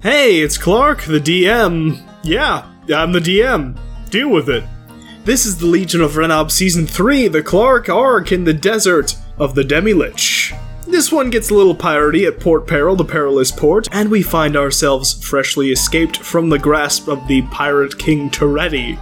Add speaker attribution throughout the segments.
Speaker 1: Hey, it's Clark, the DM. Yeah, I'm the DM. Deal with it. This is the Legion of Renob Season 3, the Clark Arc in the Desert of the Demi-Lich. This one gets a little piratey at Port Peril, the perilous port, and we find ourselves freshly escaped from the grasp of the pirate king Toretti,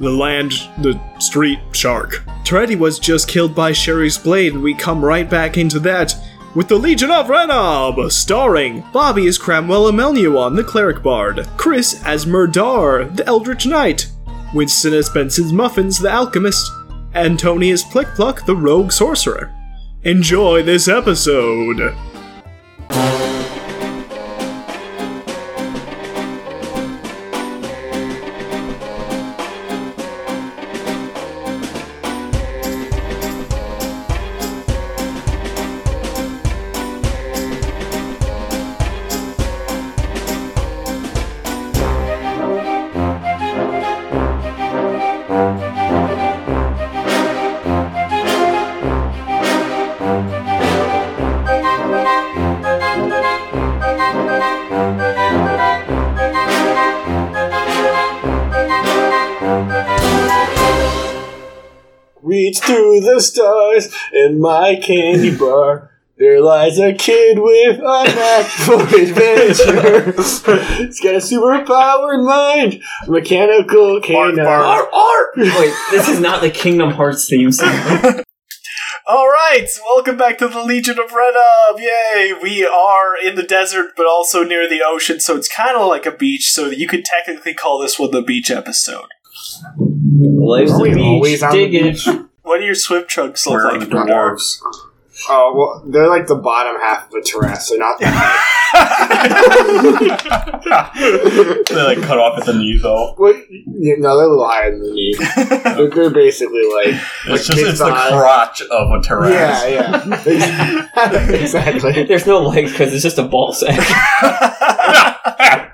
Speaker 1: the land, the street shark. Toretti was just killed by Sherry's blade, and we come right back into that with the Legion of Renob, starring Bobby as Cramwell Amelnuon, the cleric bard, Chris as Murdar, the eldritch knight, Winston as Benson's Muffins, the alchemist, and Tony as Plick Pluck, the rogue sorcerer. Enjoy this episode!
Speaker 2: Reach through the stars in my candy bar. There lies a kid with a knack for adventure. He's got a superpowered mind, a mechanical canine.
Speaker 3: Arr, arr! Wait, this is not the Kingdom Hearts theme song.
Speaker 1: All right, welcome back to the Legion of Renob. Yay! We are in the desert, but also near the ocean, so it's kind of like a beach. So you could technically call this one the beach episode.
Speaker 3: Life's
Speaker 4: Are
Speaker 3: a
Speaker 4: we
Speaker 3: beach,
Speaker 4: always on
Speaker 3: dig
Speaker 4: the
Speaker 3: it.
Speaker 4: beach?
Speaker 1: What do your swim trunks look
Speaker 4: Where are
Speaker 1: like?
Speaker 4: the dwarves? Oh well, they're like the bottom half of a terrace. They're not.
Speaker 5: They like cut off at the knee though.
Speaker 4: What? You no, they're a little higher than the knee. they're, they're basically like.
Speaker 5: It's
Speaker 4: like
Speaker 5: just it's the
Speaker 4: mid-thigh.
Speaker 5: crotch of a terrace.
Speaker 4: Yeah, yeah. exactly.
Speaker 3: There's no legs because it's just a ball sack.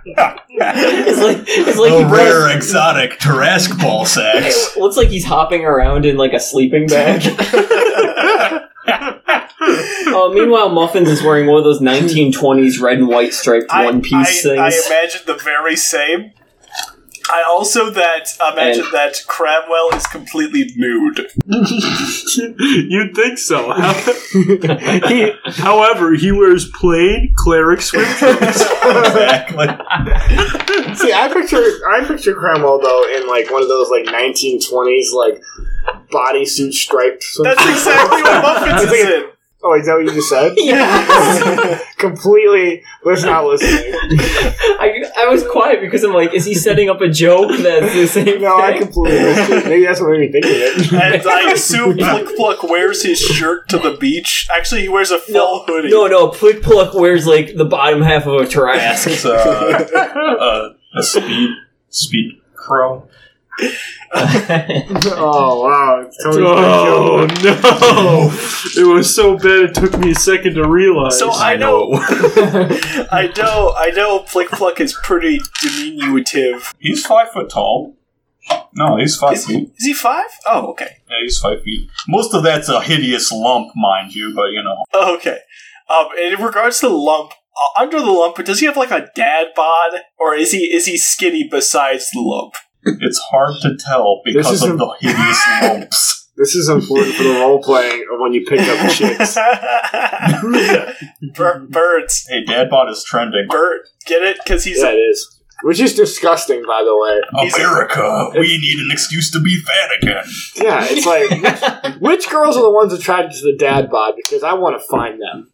Speaker 3: it's like it's like
Speaker 5: The
Speaker 3: he
Speaker 5: rare exotic Tarrasque ball sacks.
Speaker 3: It looks like he's hopping around in like a sleeping bag. uh, meanwhile, Muffins is wearing one of those 1920s red and white striped
Speaker 1: I-
Speaker 3: one piece
Speaker 1: I,
Speaker 3: things.
Speaker 1: I imagine the very same. I also that imagine
Speaker 3: And-
Speaker 1: that Cramwell is completely nude.
Speaker 2: You'd think so. He- however, he wears plain cleric swim trunks.
Speaker 5: exactly.
Speaker 4: See, I picture I picture Cromwell though in like one of those like 1920s like bodysuit striped. swim-
Speaker 1: That's exactly what Muffins is in.
Speaker 4: Oh, is that what you just said? Completely was not listening.
Speaker 3: I, I was quiet because I'm like, is he setting up a joke that's the same
Speaker 4: No, I
Speaker 3: thing?
Speaker 4: completely missed it. Maybe that's what made me think of it.
Speaker 1: And I assume Plick Pluck wears his shirt to the beach. Actually, he wears a full
Speaker 3: No,
Speaker 1: hoodie.
Speaker 3: no, no, Plick Pluck wears like the bottom half of a Tarrasque.
Speaker 5: It's uh, uh, a speed speed crow.
Speaker 4: Oh wow, Tony's gonna kill me.
Speaker 2: oh no! It was so bad it took me a second to realize.
Speaker 1: So I know, I know, I know. Plick Pluck is pretty diminutive.
Speaker 5: He's five foot tall. No, he's five
Speaker 1: Is,
Speaker 5: feet.
Speaker 1: is he five? Oh, okay,
Speaker 5: Yeah, he's five feet. Most of that's a hideous lump, mind you, but you know.
Speaker 1: Oh, okay. Um, and in regards to the lump, uh, under the lump, does he have like a dad bod, or is he is he skinny besides the lump?
Speaker 5: It's hard to tell because
Speaker 4: is
Speaker 5: of
Speaker 4: a-
Speaker 5: the hideous lumps.
Speaker 4: This is important for the role playing of when you pick up chicks.
Speaker 1: Bir- birds,
Speaker 5: Hey, dad bod is trending.
Speaker 1: bird, get it? Because he's
Speaker 4: yeah, it is. Which is disgusting, by the way.
Speaker 1: He's-
Speaker 5: America, we need an excuse to be fat again.
Speaker 4: Yeah, it's like which, which girls are the ones attracted to the dad bod? Because I want to find them.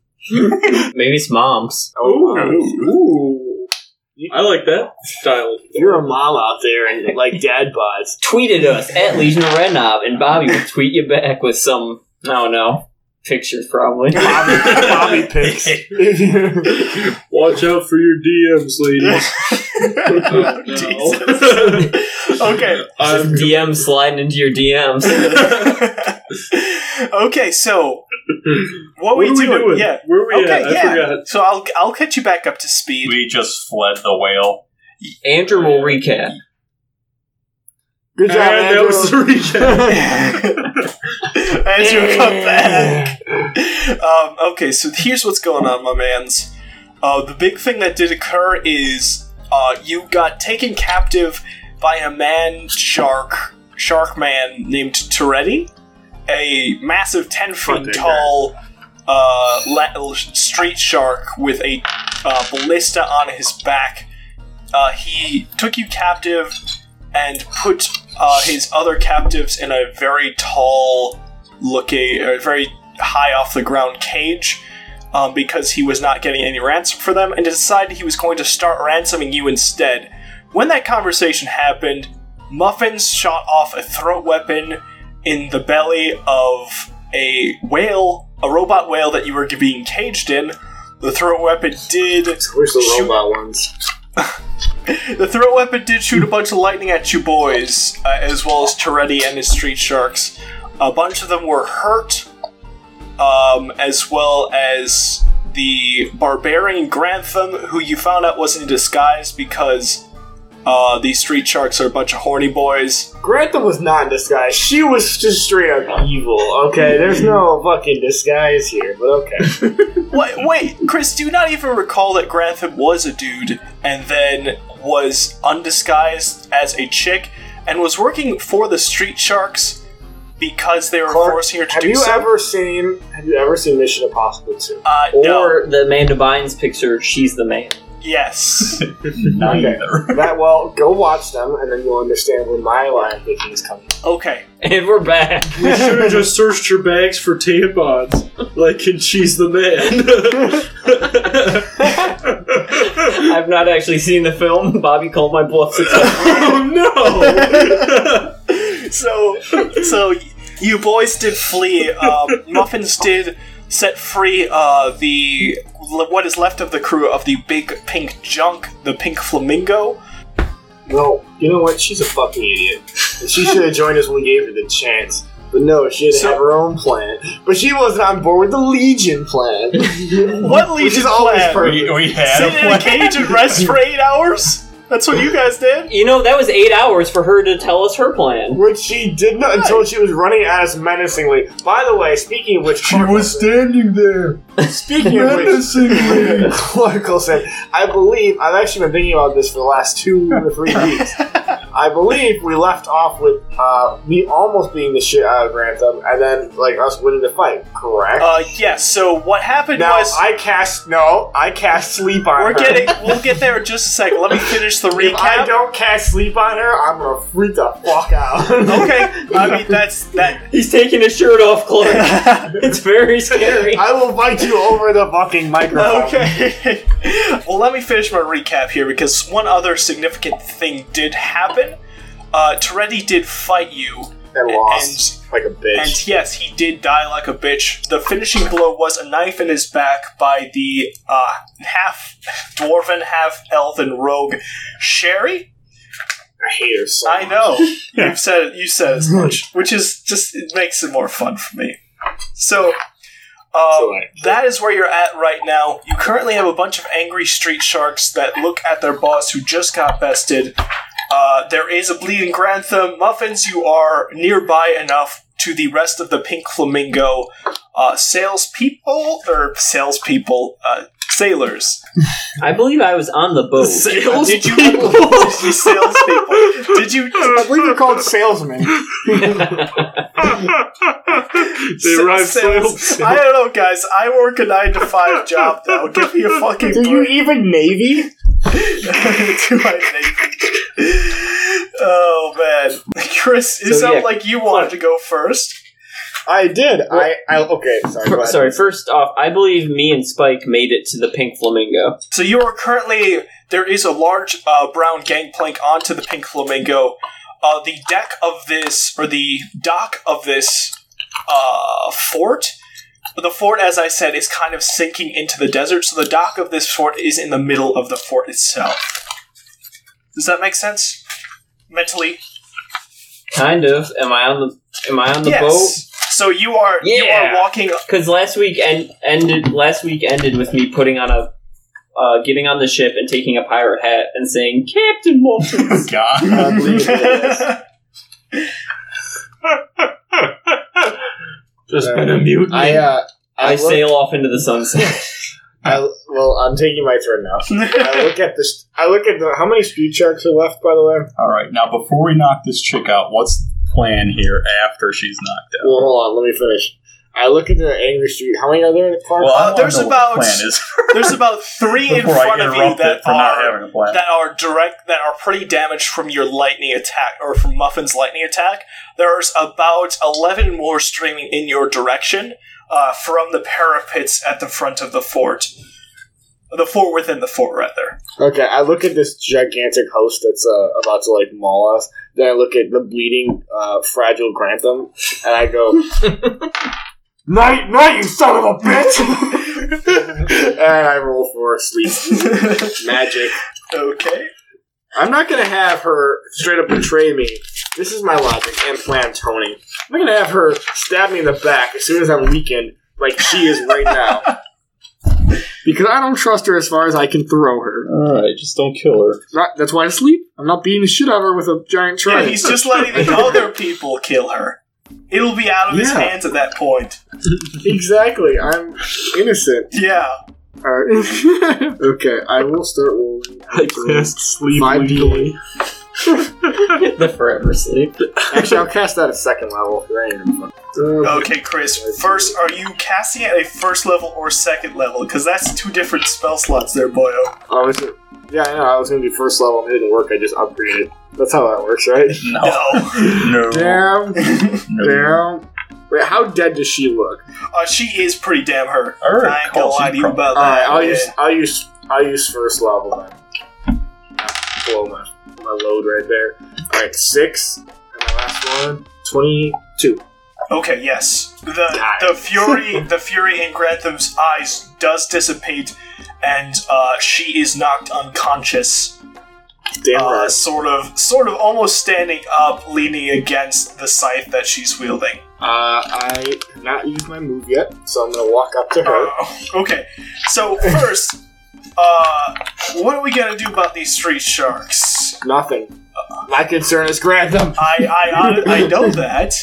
Speaker 3: Maybe it's mom's.
Speaker 4: Oh,
Speaker 2: Ooh. I like that style.
Speaker 4: if you're a mom out there and you like dad bods,
Speaker 3: Tweeted us at Legion of Renob, and Bobby would tweet you back with some, I don't know, pictures probably.
Speaker 4: Bobby pics.
Speaker 2: Watch out for your DMs, ladies. Oh, no.
Speaker 1: Jesus. okay.
Speaker 2: I'm
Speaker 3: DM sliding into your DMs.
Speaker 1: okay, so what,
Speaker 2: What
Speaker 1: we
Speaker 2: are we
Speaker 1: doing?
Speaker 2: doing?
Speaker 1: Yeah.
Speaker 2: Where were we
Speaker 1: okay,
Speaker 2: at? I
Speaker 1: yeah.
Speaker 2: forgot.
Speaker 1: So I'll I'll catch you back up to speed.
Speaker 5: We just fled the whale.
Speaker 3: Andrew will recap.
Speaker 4: Good job,
Speaker 2: and that
Speaker 4: Andrew.
Speaker 2: was the recap.
Speaker 1: As you come back. Um, okay, so here's what's going on, my mans. Uh, the big thing that did occur is uh, you got taken captive by a man shark, shark man named Toretti, a massive 10 foot
Speaker 4: Fucking
Speaker 1: tall uh, la- street shark with a uh, ballista on his back. Uh, he took you captive and put uh, his other captives in a very tall looking, or very high off the ground cage um, because he was not getting any ransom for them and decided he was going to start ransoming you instead. When that conversation happened, Muffins shot off a throat weapon in the belly of a whale, a robot whale that you were being caged in. The throat weapon did
Speaker 4: Where's the
Speaker 1: Shoot.
Speaker 4: robot ones?
Speaker 1: the throat weapon did shoot a bunch of lightning at you boys, uh, as well as Toretti and his street sharks. A bunch of them were hurt, um, as well as the barbarian Grantham, who you found out was in disguise because uh, these street sharks are a bunch of horny boys.
Speaker 4: Grantham was not in disguise. She was just straight up evil. Okay, there's no fucking disguise here, but okay.
Speaker 1: Wait, wait, Chris, do you not even recall that Grantham was a dude and then was undisguised as a chick and was working for the street sharks because they were
Speaker 4: Clark,
Speaker 1: forcing her to
Speaker 4: Have
Speaker 1: do
Speaker 4: you
Speaker 1: so?
Speaker 4: ever seen Have you ever seen Mission Impossible Two?
Speaker 1: uh, no.
Speaker 3: Or the Amanda Bynes picture, she's the man.
Speaker 1: Yes.
Speaker 5: Neither.
Speaker 4: That well, go watch them, and then you'll understand where my line of thinking is coming. from.
Speaker 1: Okay.
Speaker 3: And we're back.
Speaker 2: You should have just searched your bags for tampons. Like, and she's the man.
Speaker 3: I've not actually seen the film. Bobby called my bluff.
Speaker 2: oh
Speaker 1: So, so you boys did flee. Um, Muffins did set free uh, the what is left of the crew of the big pink junk, the pink flamingo.
Speaker 4: No, you know what? She's a fucking idiot, and she should have joined us when we gave her the chance. But no, she had to
Speaker 1: So-
Speaker 4: have her own plan. But she wasn't on board with the Legion plan.
Speaker 1: What
Speaker 4: Which
Speaker 1: leads
Speaker 4: is always
Speaker 1: plan?
Speaker 4: perfect.
Speaker 5: We, we had
Speaker 1: Sit
Speaker 5: a
Speaker 1: in a
Speaker 5: plan.
Speaker 1: cage and rest for eight hours? That's what you guys did?
Speaker 3: You know, that was eight hours for her to tell us her plan.
Speaker 4: Which she did not until she was running at us menacingly. By the way, speaking of which,
Speaker 5: She was standing there,
Speaker 4: speaking of which,
Speaker 5: menacingly.
Speaker 4: Clark said, I believe, I've actually been thinking about this for the last two or three weeks. I believe we left off with uh, me almost beating the shit out of Grantham and then, like, us winning the fight, correct?
Speaker 1: Uh, yes, so what happened
Speaker 4: now,
Speaker 1: was.
Speaker 4: I cast, no, I cast sleep on
Speaker 1: we're
Speaker 4: her.
Speaker 1: getting. We'll get there in just a second. Let me finish the
Speaker 4: if I
Speaker 1: recap.
Speaker 4: don't cast sleep on her, I'm gonna freak the fuck out.
Speaker 1: Okay, I mean that's that.
Speaker 3: He's taking his shirt off, Clark. it's very scary.
Speaker 4: I will bite you over the fucking microphone.
Speaker 1: Okay. well, let me finish my recap here because one other significant thing did happen. Uh, Toretti did fight you,
Speaker 4: And lost.
Speaker 1: and
Speaker 4: like a bitch.
Speaker 1: And yes, he did die like a bitch. The finishing blow was a knife in his back by the uh, half dwarven, half elven rogue Sherry.
Speaker 4: I hate her so
Speaker 1: I know you've said it. You said as much, which is just it makes it more fun for me. So. Um,
Speaker 4: Correct.
Speaker 1: that is where you're at right now. You currently have a bunch of angry street sharks that look at their boss who just got bested. Uh, there is a bleeding Grantham. Muffins, you are nearby enough to the rest of the Pink Flamingo uh, salespeople, or salespeople, uh, sailors.
Speaker 3: I believe I was on the boat.
Speaker 1: Did you? The salespeople. Did you?
Speaker 4: I believe they're called salesmen.
Speaker 2: no! they rhyme
Speaker 1: sales-
Speaker 2: sales.
Speaker 1: I don't know, guys. I work a nine to five job now. Give me a fucking
Speaker 4: Do you
Speaker 1: break.
Speaker 4: even Navy?
Speaker 1: to my neighbor. Oh man, Chris, it
Speaker 3: So,
Speaker 1: sounded
Speaker 3: yeah,
Speaker 1: like you wanted to go first.
Speaker 4: I did. I, I okay. Sorry. go ahead.
Speaker 3: Sorry, first off, I believe me and Spike made it to the Pink Flamingo.
Speaker 1: So you are currently there is a large uh, brown gangplank onto the pink flamingo. Uh, the deck of this, or the dock of this uh, fort. The fort, as I said, is kind of sinking into the desert, so the dock of this fort is in the middle of the fort itself. Does that make sense? Mentally,
Speaker 3: Kind of. Am I on the Am I on the
Speaker 1: yes.
Speaker 3: boat?
Speaker 1: So you are you are
Speaker 3: Yeah.
Speaker 1: walking
Speaker 3: Because last week end, ended last week ended with me putting on a uh, getting on the ship and taking a pirate hat and saying Captain Muffins.
Speaker 5: God.
Speaker 2: Just
Speaker 4: been
Speaker 2: been
Speaker 4: a
Speaker 2: a mutiny.
Speaker 3: I,
Speaker 4: I uh,
Speaker 3: I
Speaker 4: I, look-
Speaker 3: uh, sail off into the sunset.
Speaker 4: I Well, I'm taking my turn now. I look at this. I look at the, how many speed sharks are left, by the way.
Speaker 5: All right, now before we knock this chick out, what's the plan here after she's knocked out?
Speaker 4: Well, hold on. Let me finish. I look at the angry street. How many are there, Clark?
Speaker 5: Well,
Speaker 1: Uh,
Speaker 5: I wanna
Speaker 1: there's
Speaker 5: know what
Speaker 1: about-
Speaker 5: the plan is
Speaker 1: There's about three in
Speaker 5: before I
Speaker 1: front
Speaker 5: get
Speaker 1: of you
Speaker 5: interrupted
Speaker 1: that
Speaker 5: for not
Speaker 1: are
Speaker 5: having a plan.
Speaker 1: that are direct that are pretty damaged from your lightning attack or from Muffin's lightning attack. There's about eleven more streaming in your direction uh, from the parapets at the front of the fort, the fort within the fort, rather.
Speaker 4: Okay, I look at this gigantic host that's uh, about to like maul us. Then I look at the bleeding, uh, fragile Grantham, and I go, "Night, night, you son of a bitch!" and I roll for sleep magic.
Speaker 1: Okay.
Speaker 4: I'm not gonna have her straight up betray me. This is my logic and plan, Tony. I'm not gonna have her stab me in the back as soon as I'm weakened, like she is right now. Because I don't trust her as far as I can throw her.
Speaker 5: All right, just don't kill her.
Speaker 4: Not- that's why I sleep. I'm not beating the shit out of her with a giant
Speaker 1: Yeah,
Speaker 4: trident.
Speaker 1: he's just letting the other people kill her. It'll be out of his
Speaker 4: Yeah.
Speaker 1: hands at that point.
Speaker 4: exactly. I'm innocent.
Speaker 1: Yeah.
Speaker 4: Alright. okay, I will start rolling.
Speaker 6: I cast sleep
Speaker 4: Five D8.
Speaker 6: legally.
Speaker 7: the forever sleep.
Speaker 4: Actually, I'll cast that at second level. There ain't no fun. Uh,
Speaker 1: Okay, Chris. First, are you casting at a first level or second level? Because that's two different spell slots there, boyo.
Speaker 4: oh, is it- yeah, I know. I was gonna do first level and it didn't work. I just upgraded. That's how that works, right?
Speaker 5: No,
Speaker 1: No.
Speaker 5: no,
Speaker 4: Damn.
Speaker 5: no.
Speaker 4: Damn. Wait, how dead does she look?
Speaker 1: Uh, she is pretty damn hurt.
Speaker 5: Her
Speaker 1: I ain't gonna
Speaker 5: cold,
Speaker 1: lie
Speaker 5: she's
Speaker 1: to you
Speaker 5: probably-
Speaker 1: about
Speaker 4: Alright,
Speaker 1: that.
Speaker 4: I'll
Speaker 1: yeah.
Speaker 4: use I'll use I'll use first level then. Blow my my load right there. Alright, six. And my last one. Twenty-two.
Speaker 1: Okay, yes. The
Speaker 4: God.
Speaker 1: the fury the fury in Grantham's eyes does dissipate, and uh, she is knocked unconscious.
Speaker 4: Damn
Speaker 1: uh,
Speaker 4: right.
Speaker 1: sort of, sort of, almost standing up, leaning against the scythe that she's wielding.
Speaker 4: Uh, I have not used my move yet, so I'm gonna walk up to her.
Speaker 1: Uh, okay, so first, uh, what are we gonna do about these street sharks?
Speaker 4: Nothing. My concern is Grantham.
Speaker 1: I, I, I, I know that,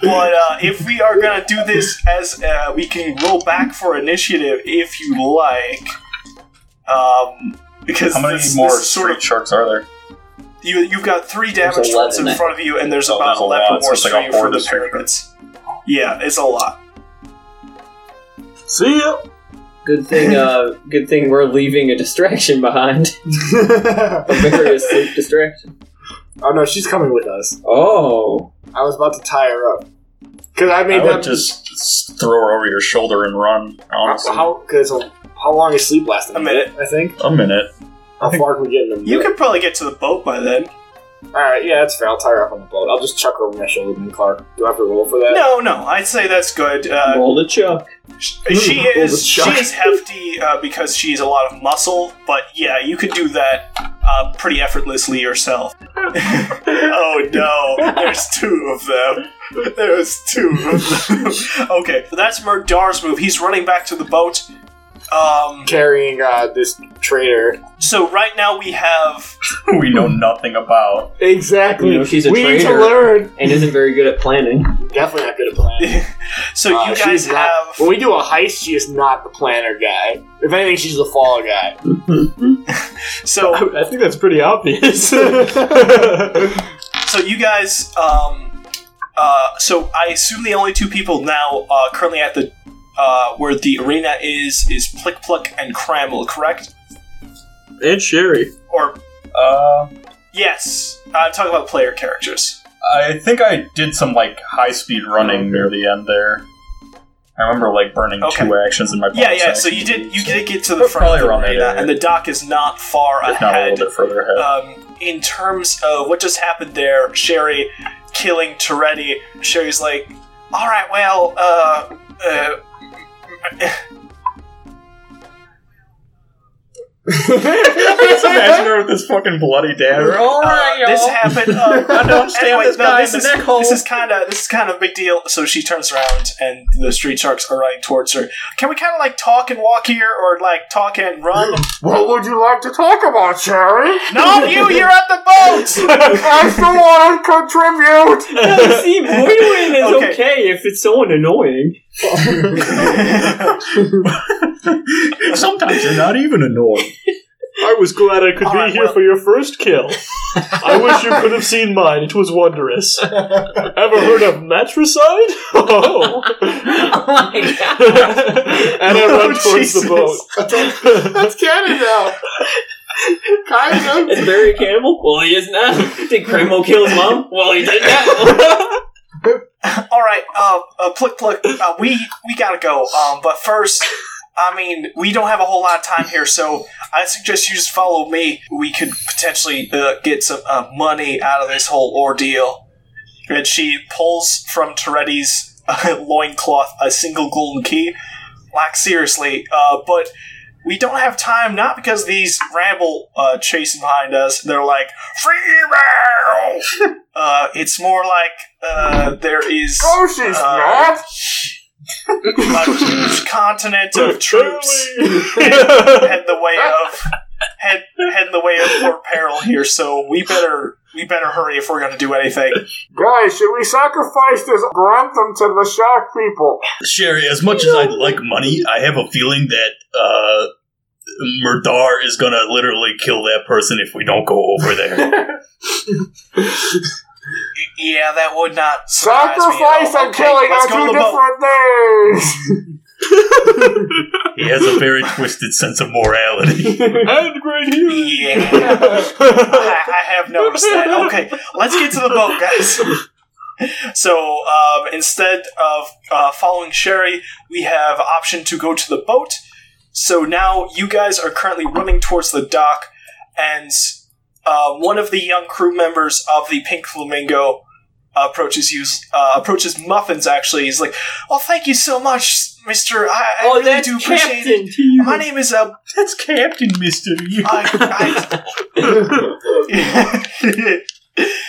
Speaker 1: but uh, if we are gonna do this as uh, we can roll back for initiative if you like, um, because
Speaker 5: How many
Speaker 1: this,
Speaker 5: more
Speaker 1: this is sort
Speaker 5: street
Speaker 1: of
Speaker 5: sharks are there?
Speaker 1: you, you've got three
Speaker 7: There's
Speaker 1: damage rolls in
Speaker 7: 11.
Speaker 1: front of you, and there's
Speaker 5: Oh,
Speaker 1: about
Speaker 5: there's a
Speaker 1: eleven
Speaker 5: lot, so
Speaker 1: more
Speaker 5: it's like a
Speaker 1: streaming from
Speaker 5: horde
Speaker 1: the
Speaker 5: of street
Speaker 1: pyramids. Yeah, it's a lot.
Speaker 6: See ya.
Speaker 7: Good thing. Uh, good thing we're leaving a distraction behind.
Speaker 4: oh
Speaker 7: A very sleep distraction.
Speaker 4: no, she's coming with us.
Speaker 7: Oh,
Speaker 4: I was about to tie her up. Cause I made
Speaker 5: I
Speaker 4: that.
Speaker 5: would just s- throw her over your shoulder and run. Honestly,
Speaker 4: how? Cause um, how long is sleep lasting?
Speaker 1: A minute.
Speaker 4: I think.
Speaker 5: a minute.
Speaker 4: How far can we get in a minute?
Speaker 1: You could probably get to the boat by then.
Speaker 4: All right, yeah, that's fair. I'll tie her up on the boat. I'll just chuck her over my shoulder, then Clark. Do I have to roll for that?
Speaker 1: No, no, I'd say that's good. Uh,
Speaker 7: roll the chuck.
Speaker 1: sh- she
Speaker 4: Roll the
Speaker 1: is she
Speaker 4: chuck.
Speaker 1: is hefty uh, because she's a lot of muscle, but yeah, you could do that uh, pretty effortlessly yourself. oh no, there's two of them. There's two of them. okay, that's Murdar's move. He's running back to the boat. Um,
Speaker 4: Carrying uh, this traitor.
Speaker 1: so right now we have
Speaker 5: we know nothing about.
Speaker 4: Exactly.
Speaker 7: You know, she's a
Speaker 4: we need to
Speaker 7: traitor.
Speaker 4: learn.
Speaker 7: and isn't very good at planning.
Speaker 4: Definitely not good at planning.
Speaker 1: so
Speaker 4: Uh,
Speaker 1: you
Speaker 4: she's
Speaker 1: guys
Speaker 4: not-
Speaker 1: have
Speaker 4: when we do a heist, she is not the planner guy. If anything, she's the fall guy.
Speaker 1: so
Speaker 6: I think that's pretty obvious.
Speaker 1: So you guys, um, uh, so I assume the only two people now uh, currently at the uh, where the arena is is Plick Pluck and Cramble, correct?
Speaker 6: and Sherry.
Speaker 1: Or
Speaker 5: Uh,
Speaker 1: yes, I'm talking about player characters.
Speaker 5: I think I did some like high speed running near the end there. I remember like burning
Speaker 1: Okay.
Speaker 5: two actions in my.
Speaker 1: Yeah,
Speaker 5: bonus
Speaker 1: yeah. So
Speaker 5: action.
Speaker 1: you did you did get to the
Speaker 5: We're
Speaker 1: front of
Speaker 5: probably
Speaker 1: the
Speaker 5: around that
Speaker 1: arena,
Speaker 5: area.
Speaker 1: and the dock is not far
Speaker 5: if not a
Speaker 1: ahead.
Speaker 5: little bit further ahead.
Speaker 1: um, in terms of what just happened there, Sherry killing Toretti, Sherry's like, all right, well, uh, uh,
Speaker 5: Just imagine her with this fucking bloody dagger. All
Speaker 1: uh, this happened. Uh,
Speaker 5: I don't understand
Speaker 1: anyway,
Speaker 5: why this
Speaker 1: no,
Speaker 5: guy's
Speaker 1: this
Speaker 5: a
Speaker 1: is-
Speaker 5: neckhole.
Speaker 1: This is kind of this is kind of a big deal. So she turns around, and the street sharks are running towards her. Can we kind of like talk and walk here, or like talk and run?
Speaker 4: what would you like to talk about, Sherry?
Speaker 1: no, you, you're at the boat.
Speaker 4: I still want to contribute.
Speaker 7: No, see, Moidwin is
Speaker 1: Okay.
Speaker 7: okay. if it's someone annoying.
Speaker 5: Uh, Sometimes you're not even annoyed.
Speaker 2: I was glad I could be here for your first kill. I wish you could have seen mine. It was wondrous. Ever heard of matricide? Oh.
Speaker 3: oh my god.
Speaker 2: and I run towards the boat.
Speaker 4: That's canon now. kind
Speaker 3: Is Barry Campbell? Well, he is now. Did Cremo kill his mom? Well, he did now.
Speaker 1: All right, uh, uh, Pluck Pluck, uh, we we gotta go. Um, but first, I mean, we don't have a whole lot of time here, so I suggest you just follow me. We could potentially uh, get some uh, money out of this whole ordeal. And she pulls from Toretti's uh, loincloth a single golden key. Like seriously, uh, but we don't have time. Not because these ramble uh, chasing behind us. They're like free rail. Uh, it's more like uh, there is
Speaker 4: of. she's
Speaker 1: uh, a huge continent of troops head the way of head head the way of Fort Peril here. So we better we better hurry if we're going to do anything.
Speaker 4: Guys, should we sacrifice this Grantham to the shark people?
Speaker 5: Sherry, as much as I like money, I have a feeling that uh, Murdar is gonna literally kill that person if we don't go over there.
Speaker 1: Yeah, that would not surprise me at
Speaker 4: Sacrifice
Speaker 1: all.
Speaker 4: and
Speaker 1: Okay,
Speaker 4: killing
Speaker 1: let's
Speaker 4: are
Speaker 1: go to
Speaker 4: two
Speaker 1: the boat.
Speaker 4: different things!
Speaker 5: he has a very twisted sense of morality.
Speaker 2: And great hero.
Speaker 1: Yeah, I, I have noticed that. Okay, let's get to the boat, guys. So um, instead of uh, following Sherry, we have option to go to the boat. So now you guys are currently running towards the dock, and uh, one of the young crew members of the Pink Flamingo approaches you. Uh, approaches Muffins. Actually, he's like, "Well, thank you so much, Mister. I, I
Speaker 3: Oh,
Speaker 1: really
Speaker 3: that's
Speaker 1: do appreciate it.
Speaker 3: Captain to you.
Speaker 1: My name is uh,
Speaker 5: That's Captain Mister. You.
Speaker 1: I, I,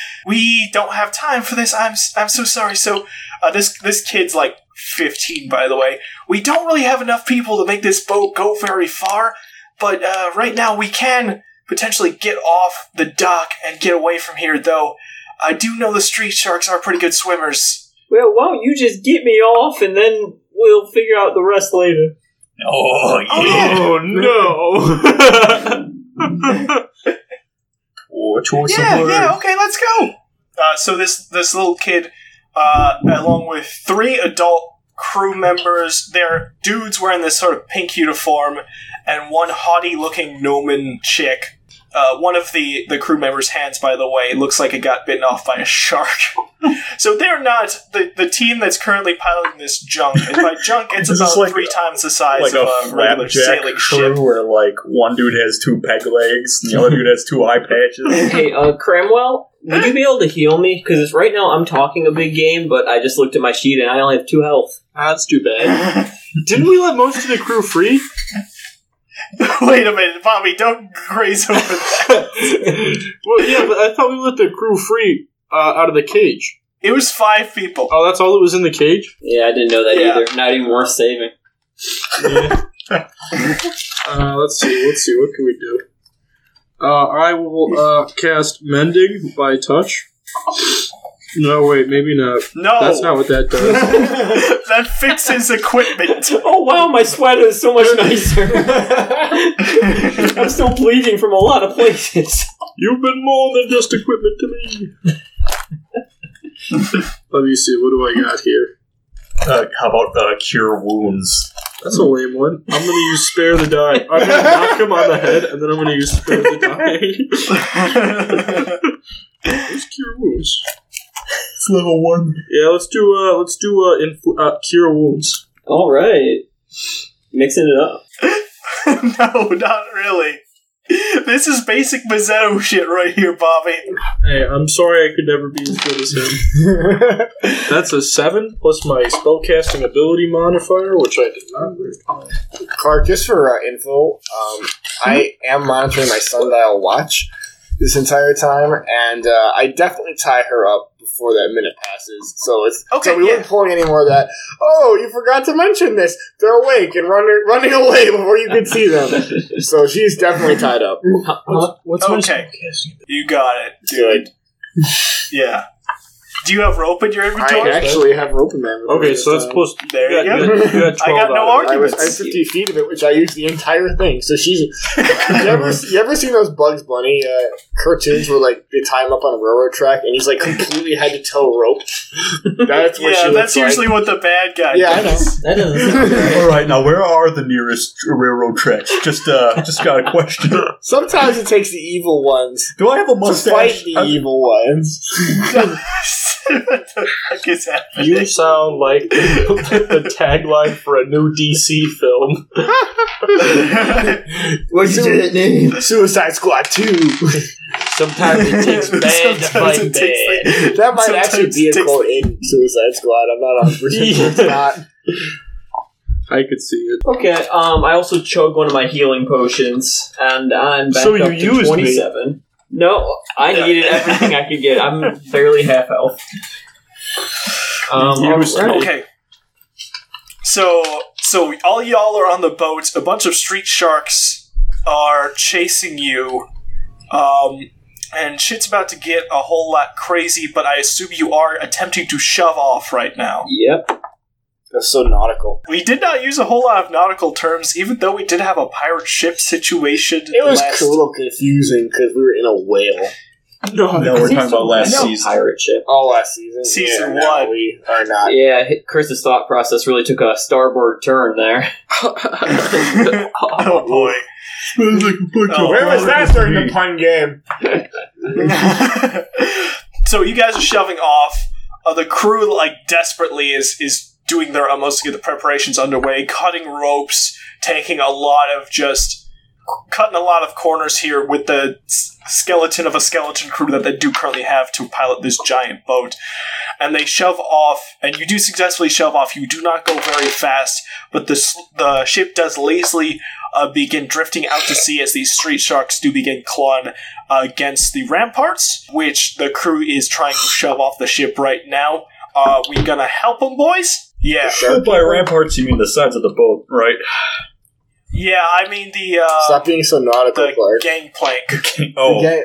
Speaker 1: we don't have time for this. I'm s- I'm so sorry. So uh, this this kid's like 15, by the way. We don't really have enough people to make this boat go very far, but uh, right now we can potentially get off the dock and get away from here. Though I do know the street sharks are pretty good swimmers.
Speaker 3: Well, why don't you just get me off and then we'll figure out the rest later?
Speaker 5: Oh yeah,
Speaker 1: Oh, yeah.
Speaker 2: Oh no!
Speaker 5: poor choice
Speaker 1: Yeah,
Speaker 5: of words.
Speaker 1: yeah, okay, let's go. Uh, so this this little kid, uh, along with three adult crew members, they're dudes wearing this sort of pink uniform, and one haughty looking gnomon chick. Uh, one of the, the crew members' hands, by the way, looks like it got bitten off by a shark. so they're not the, the team that's currently piloting this junk. And by junk, it's
Speaker 5: Is this
Speaker 1: about
Speaker 5: like-
Speaker 1: three times the size
Speaker 5: like
Speaker 1: of
Speaker 5: a
Speaker 1: a, regular
Speaker 5: flapjack
Speaker 1: sailing
Speaker 5: crew
Speaker 1: ship.
Speaker 5: where like one dude has two peg legs and the other dude has two eye patches.
Speaker 3: Hey, uh, Cramwell, would you be able to heal me? Because right now I'm talking a big game, but I just looked at my sheet and I only have two health.
Speaker 2: That's too bad. Didn't we let most of the crew free?
Speaker 1: Wait a minute, Bobby, don't graze over that.
Speaker 2: well, yeah, but I thought we let the crew free uh, out of the cage.
Speaker 1: It was five people.
Speaker 2: Oh, that's all that was in the cage.
Speaker 3: Yeah, I didn't know that
Speaker 1: Yeah.
Speaker 3: either. Not even worth saving.
Speaker 2: Uh, let's see. Let's see. What can we do? Uh, I will uh, cast mending by touch. No, wait, maybe not.
Speaker 1: No,
Speaker 2: That's not what that does.
Speaker 1: that fixes equipment.
Speaker 3: Oh wow, my sweater is so much nicer. I'm still bleeding from a lot of places.
Speaker 2: You've been more than just equipment to me. Let me see. What do I got here?
Speaker 5: Uh, how about uh, cure wounds?
Speaker 2: That's a lame one. I'm gonna use spare the die. I'm gonna knock him on the head, and then I'm gonna use spare the die. Who's cure wounds?
Speaker 5: It's level one.
Speaker 2: Yeah, let's do. Uh, let's do. Uh, infl- uh, cure wounds.
Speaker 3: All right, mixing it up.
Speaker 1: no, not really. This is basic Mazzetto shit right here, Bobby.
Speaker 2: Hey, I'm sorry I could never be as good as him. That's a seven plus my spellcasting ability modifier, which I did not. read.
Speaker 4: Clark, just for uh, info, um, I am monitoring my sundial watch this entire time, and uh, I definitely tie her up before that minute passes. So it's
Speaker 1: Okay,
Speaker 4: so we
Speaker 1: yeah.
Speaker 4: weren't pulling any more of that. Oh, you forgot to mention this. They're awake and running running away before you could see them. so she's definitely tied up.
Speaker 2: What's, what's my
Speaker 1: Okay. You got it, dude.
Speaker 4: Good.
Speaker 1: Yeah. Do Do you have rope in your
Speaker 4: I
Speaker 1: inventory?
Speaker 4: actually have rope in my inventory
Speaker 6: Okay,
Speaker 4: this
Speaker 6: so that's
Speaker 4: time.
Speaker 6: plus.
Speaker 1: there you
Speaker 6: yeah,
Speaker 1: go.
Speaker 6: you got- you got
Speaker 1: I
Speaker 6: 12
Speaker 1: got no
Speaker 6: out of it.
Speaker 4: I was I
Speaker 1: arguments.
Speaker 4: had 50 feet of it, which I used the entire thing. So she's. you ever you ever seen those Bugs Bunny uh, cartoons where like they tie him up on a railroad track and he's like completely head to toe rope? That's what she
Speaker 1: yeah,
Speaker 4: looks
Speaker 1: that's
Speaker 4: like.
Speaker 1: usually what the bad guy
Speaker 4: Yeah, I know.
Speaker 1: does.
Speaker 7: That doesn't sound right.
Speaker 5: All right, now where are the nearest railroad tracks? Just, uh, just got a question.
Speaker 4: Sometimes it takes the evil ones
Speaker 5: Do I have a
Speaker 4: to fight
Speaker 5: mustache?
Speaker 4: the
Speaker 5: I-
Speaker 4: evil ones.
Speaker 1: what the fuck is happening?
Speaker 6: You sound like the tagline for a new DC film.
Speaker 4: What's it name? Suicide Squad 2.
Speaker 6: Sometimes it takes bad to
Speaker 1: Sometimes
Speaker 6: fight
Speaker 1: it takes
Speaker 6: bad.
Speaker 1: like-
Speaker 4: That might
Speaker 1: Sometimes
Speaker 4: actually be
Speaker 1: it
Speaker 4: a
Speaker 1: takes-
Speaker 4: quote in Suicide Squad. I'm not on percent sure it's
Speaker 6: Yeah.
Speaker 4: not.
Speaker 6: I could see it.
Speaker 7: Okay, um, I also chug one of my healing potions, and I'm back
Speaker 6: So
Speaker 7: up
Speaker 6: you
Speaker 7: to
Speaker 6: used me.
Speaker 7: 27. No, I needed everything I could get. I'm barely half health. Um,
Speaker 6: You used me.
Speaker 7: alright.
Speaker 1: Okay. So, so all y'all are on the boat. A bunch of street sharks are chasing you, um, and shit's about to get a whole lot crazy. But I assume you are attempting to shove off right now.
Speaker 7: Yep.
Speaker 4: That's so nautical.
Speaker 1: We did not use a whole lot of nautical terms, even though we did have a pirate ship situation.
Speaker 4: It was
Speaker 1: last-
Speaker 4: a little confusing because we were in a whale.
Speaker 5: No, we're talking about last
Speaker 1: No.
Speaker 5: season.
Speaker 7: Pirate ship.
Speaker 4: All last season.
Speaker 1: Season
Speaker 4: now
Speaker 1: one.
Speaker 4: We are not.
Speaker 7: Yeah, hi- Chris's thought process really took a starboard turn there.
Speaker 1: Oh boy. Oh,
Speaker 4: Where was that during the pun game?
Speaker 1: so you guys are shoving off. Uh, the crew, like desperately, is is doing their utmost to get the preparations underway, cutting ropes, taking a lot of just cutting a lot of corners here with the s- skeleton of a skeleton crew that they do currently have to pilot this giant boat. And they shove off, and you do successfully shove off. You do not go very fast, but the s- the ship does lazily uh, begin drifting out to sea as these street sharks do begin clawing against the ramparts, which the crew is trying to shove off the ship right now. Are Uh, we gonna help them, boys? Yeah,
Speaker 5: By ramparts, you mean the sides of the boat, right?
Speaker 1: yeah. I mean the uh,
Speaker 4: Stop being so nautical,
Speaker 1: Um, the
Speaker 4: Clark.
Speaker 1: gangplank.
Speaker 5: Oh,
Speaker 4: Okay.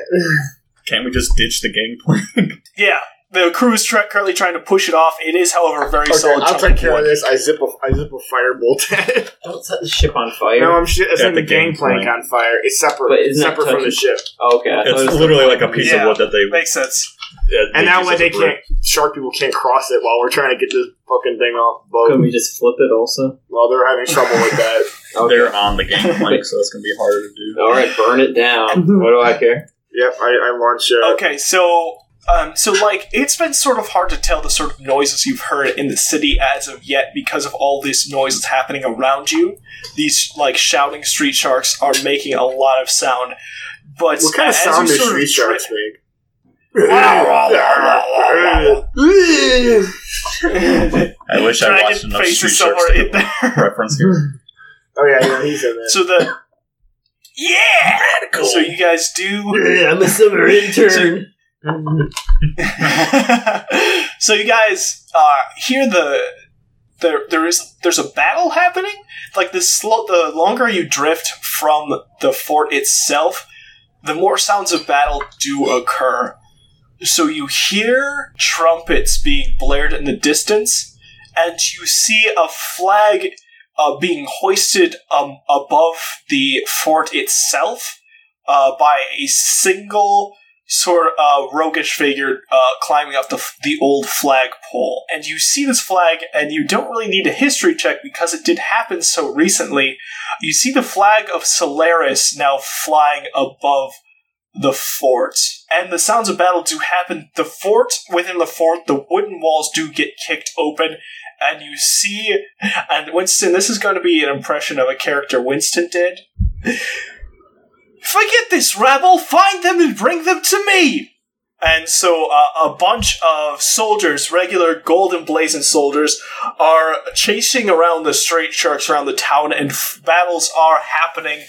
Speaker 5: can't we just ditch the gangplank?
Speaker 1: Yeah, the crew is tra- currently trying to push it off. It is, however, a very
Speaker 4: Okay,
Speaker 1: solid.
Speaker 4: I'll
Speaker 1: chunk
Speaker 4: take care
Speaker 1: wood.
Speaker 4: of this. I zip a, I zip a firebolt at it.
Speaker 7: Don't set the ship on fire.
Speaker 4: No, I'm sh- it's
Speaker 5: At
Speaker 4: like
Speaker 5: the
Speaker 4: the gangplank
Speaker 5: gangplank.
Speaker 4: on fire. It's separate.
Speaker 7: But isn't that
Speaker 4: separate from the ship.
Speaker 7: Oh, okay, I thought it
Speaker 5: It's
Speaker 7: was-
Speaker 5: literally like a piece
Speaker 1: Yeah.
Speaker 5: of wood that they.
Speaker 1: Makes sense.
Speaker 5: that
Speaker 4: And that
Speaker 5: use
Speaker 4: way
Speaker 5: as a
Speaker 4: they
Speaker 5: bridge.
Speaker 4: can't, shark people can't cross it while we're trying to get this fucking thing off the
Speaker 7: Can
Speaker 4: boat.
Speaker 7: we just flip it also?
Speaker 4: Well, they're having trouble with that.
Speaker 5: They're on the gangplank, so it's gonna be harder to do.
Speaker 7: All right, burn it down. what do I care?
Speaker 4: Yep, I, I launch uh,
Speaker 1: Okay, so um, so like it's been sort of hard to tell the sort of noises you've heard in the city as of yet because of all this noise that's happening around you. These like shouting street sharks are making a lot of sound. But
Speaker 4: What kind of
Speaker 1: as
Speaker 4: sound
Speaker 1: you
Speaker 4: does
Speaker 1: sort
Speaker 4: street
Speaker 1: dri-
Speaker 4: sharks make? oh
Speaker 5: I wish I watched
Speaker 1: Dragon
Speaker 5: enough
Speaker 1: face
Speaker 5: Street
Speaker 1: is
Speaker 5: Sharks
Speaker 1: somewhere
Speaker 5: to
Speaker 1: in
Speaker 5: get
Speaker 1: there.
Speaker 5: the reference here.
Speaker 4: Oh, yeah, yeah, he's in there.
Speaker 1: So the yeah. So you guys do.
Speaker 7: I'm a summer intern.
Speaker 1: so you guys uh, hear the there. There is there's a battle happening. Like the slow, the longer you drift from the fort itself, the more sounds of battle do occur. So you hear trumpets being blared in the distance, and you see a flag uh, being hoisted um, above the fort itself uh, by a single sort of uh, roguish figure uh, climbing up the, f- the old flagpole. And you see this flag, and you don't really need a history check because it did happen so recently. You see the flag of Solaris now flying above the fort. And the sounds of battle do happen. The fort, within the fort, the wooden walls do get kicked open. And you see, and Winston, this is going to be an impression of a character Winston did. Forget this rabble, find them and bring them to me! And so uh, a bunch of soldiers, regular gold emblazoned soldiers, are chasing around the straight sharks around the town, and f- battles are happening.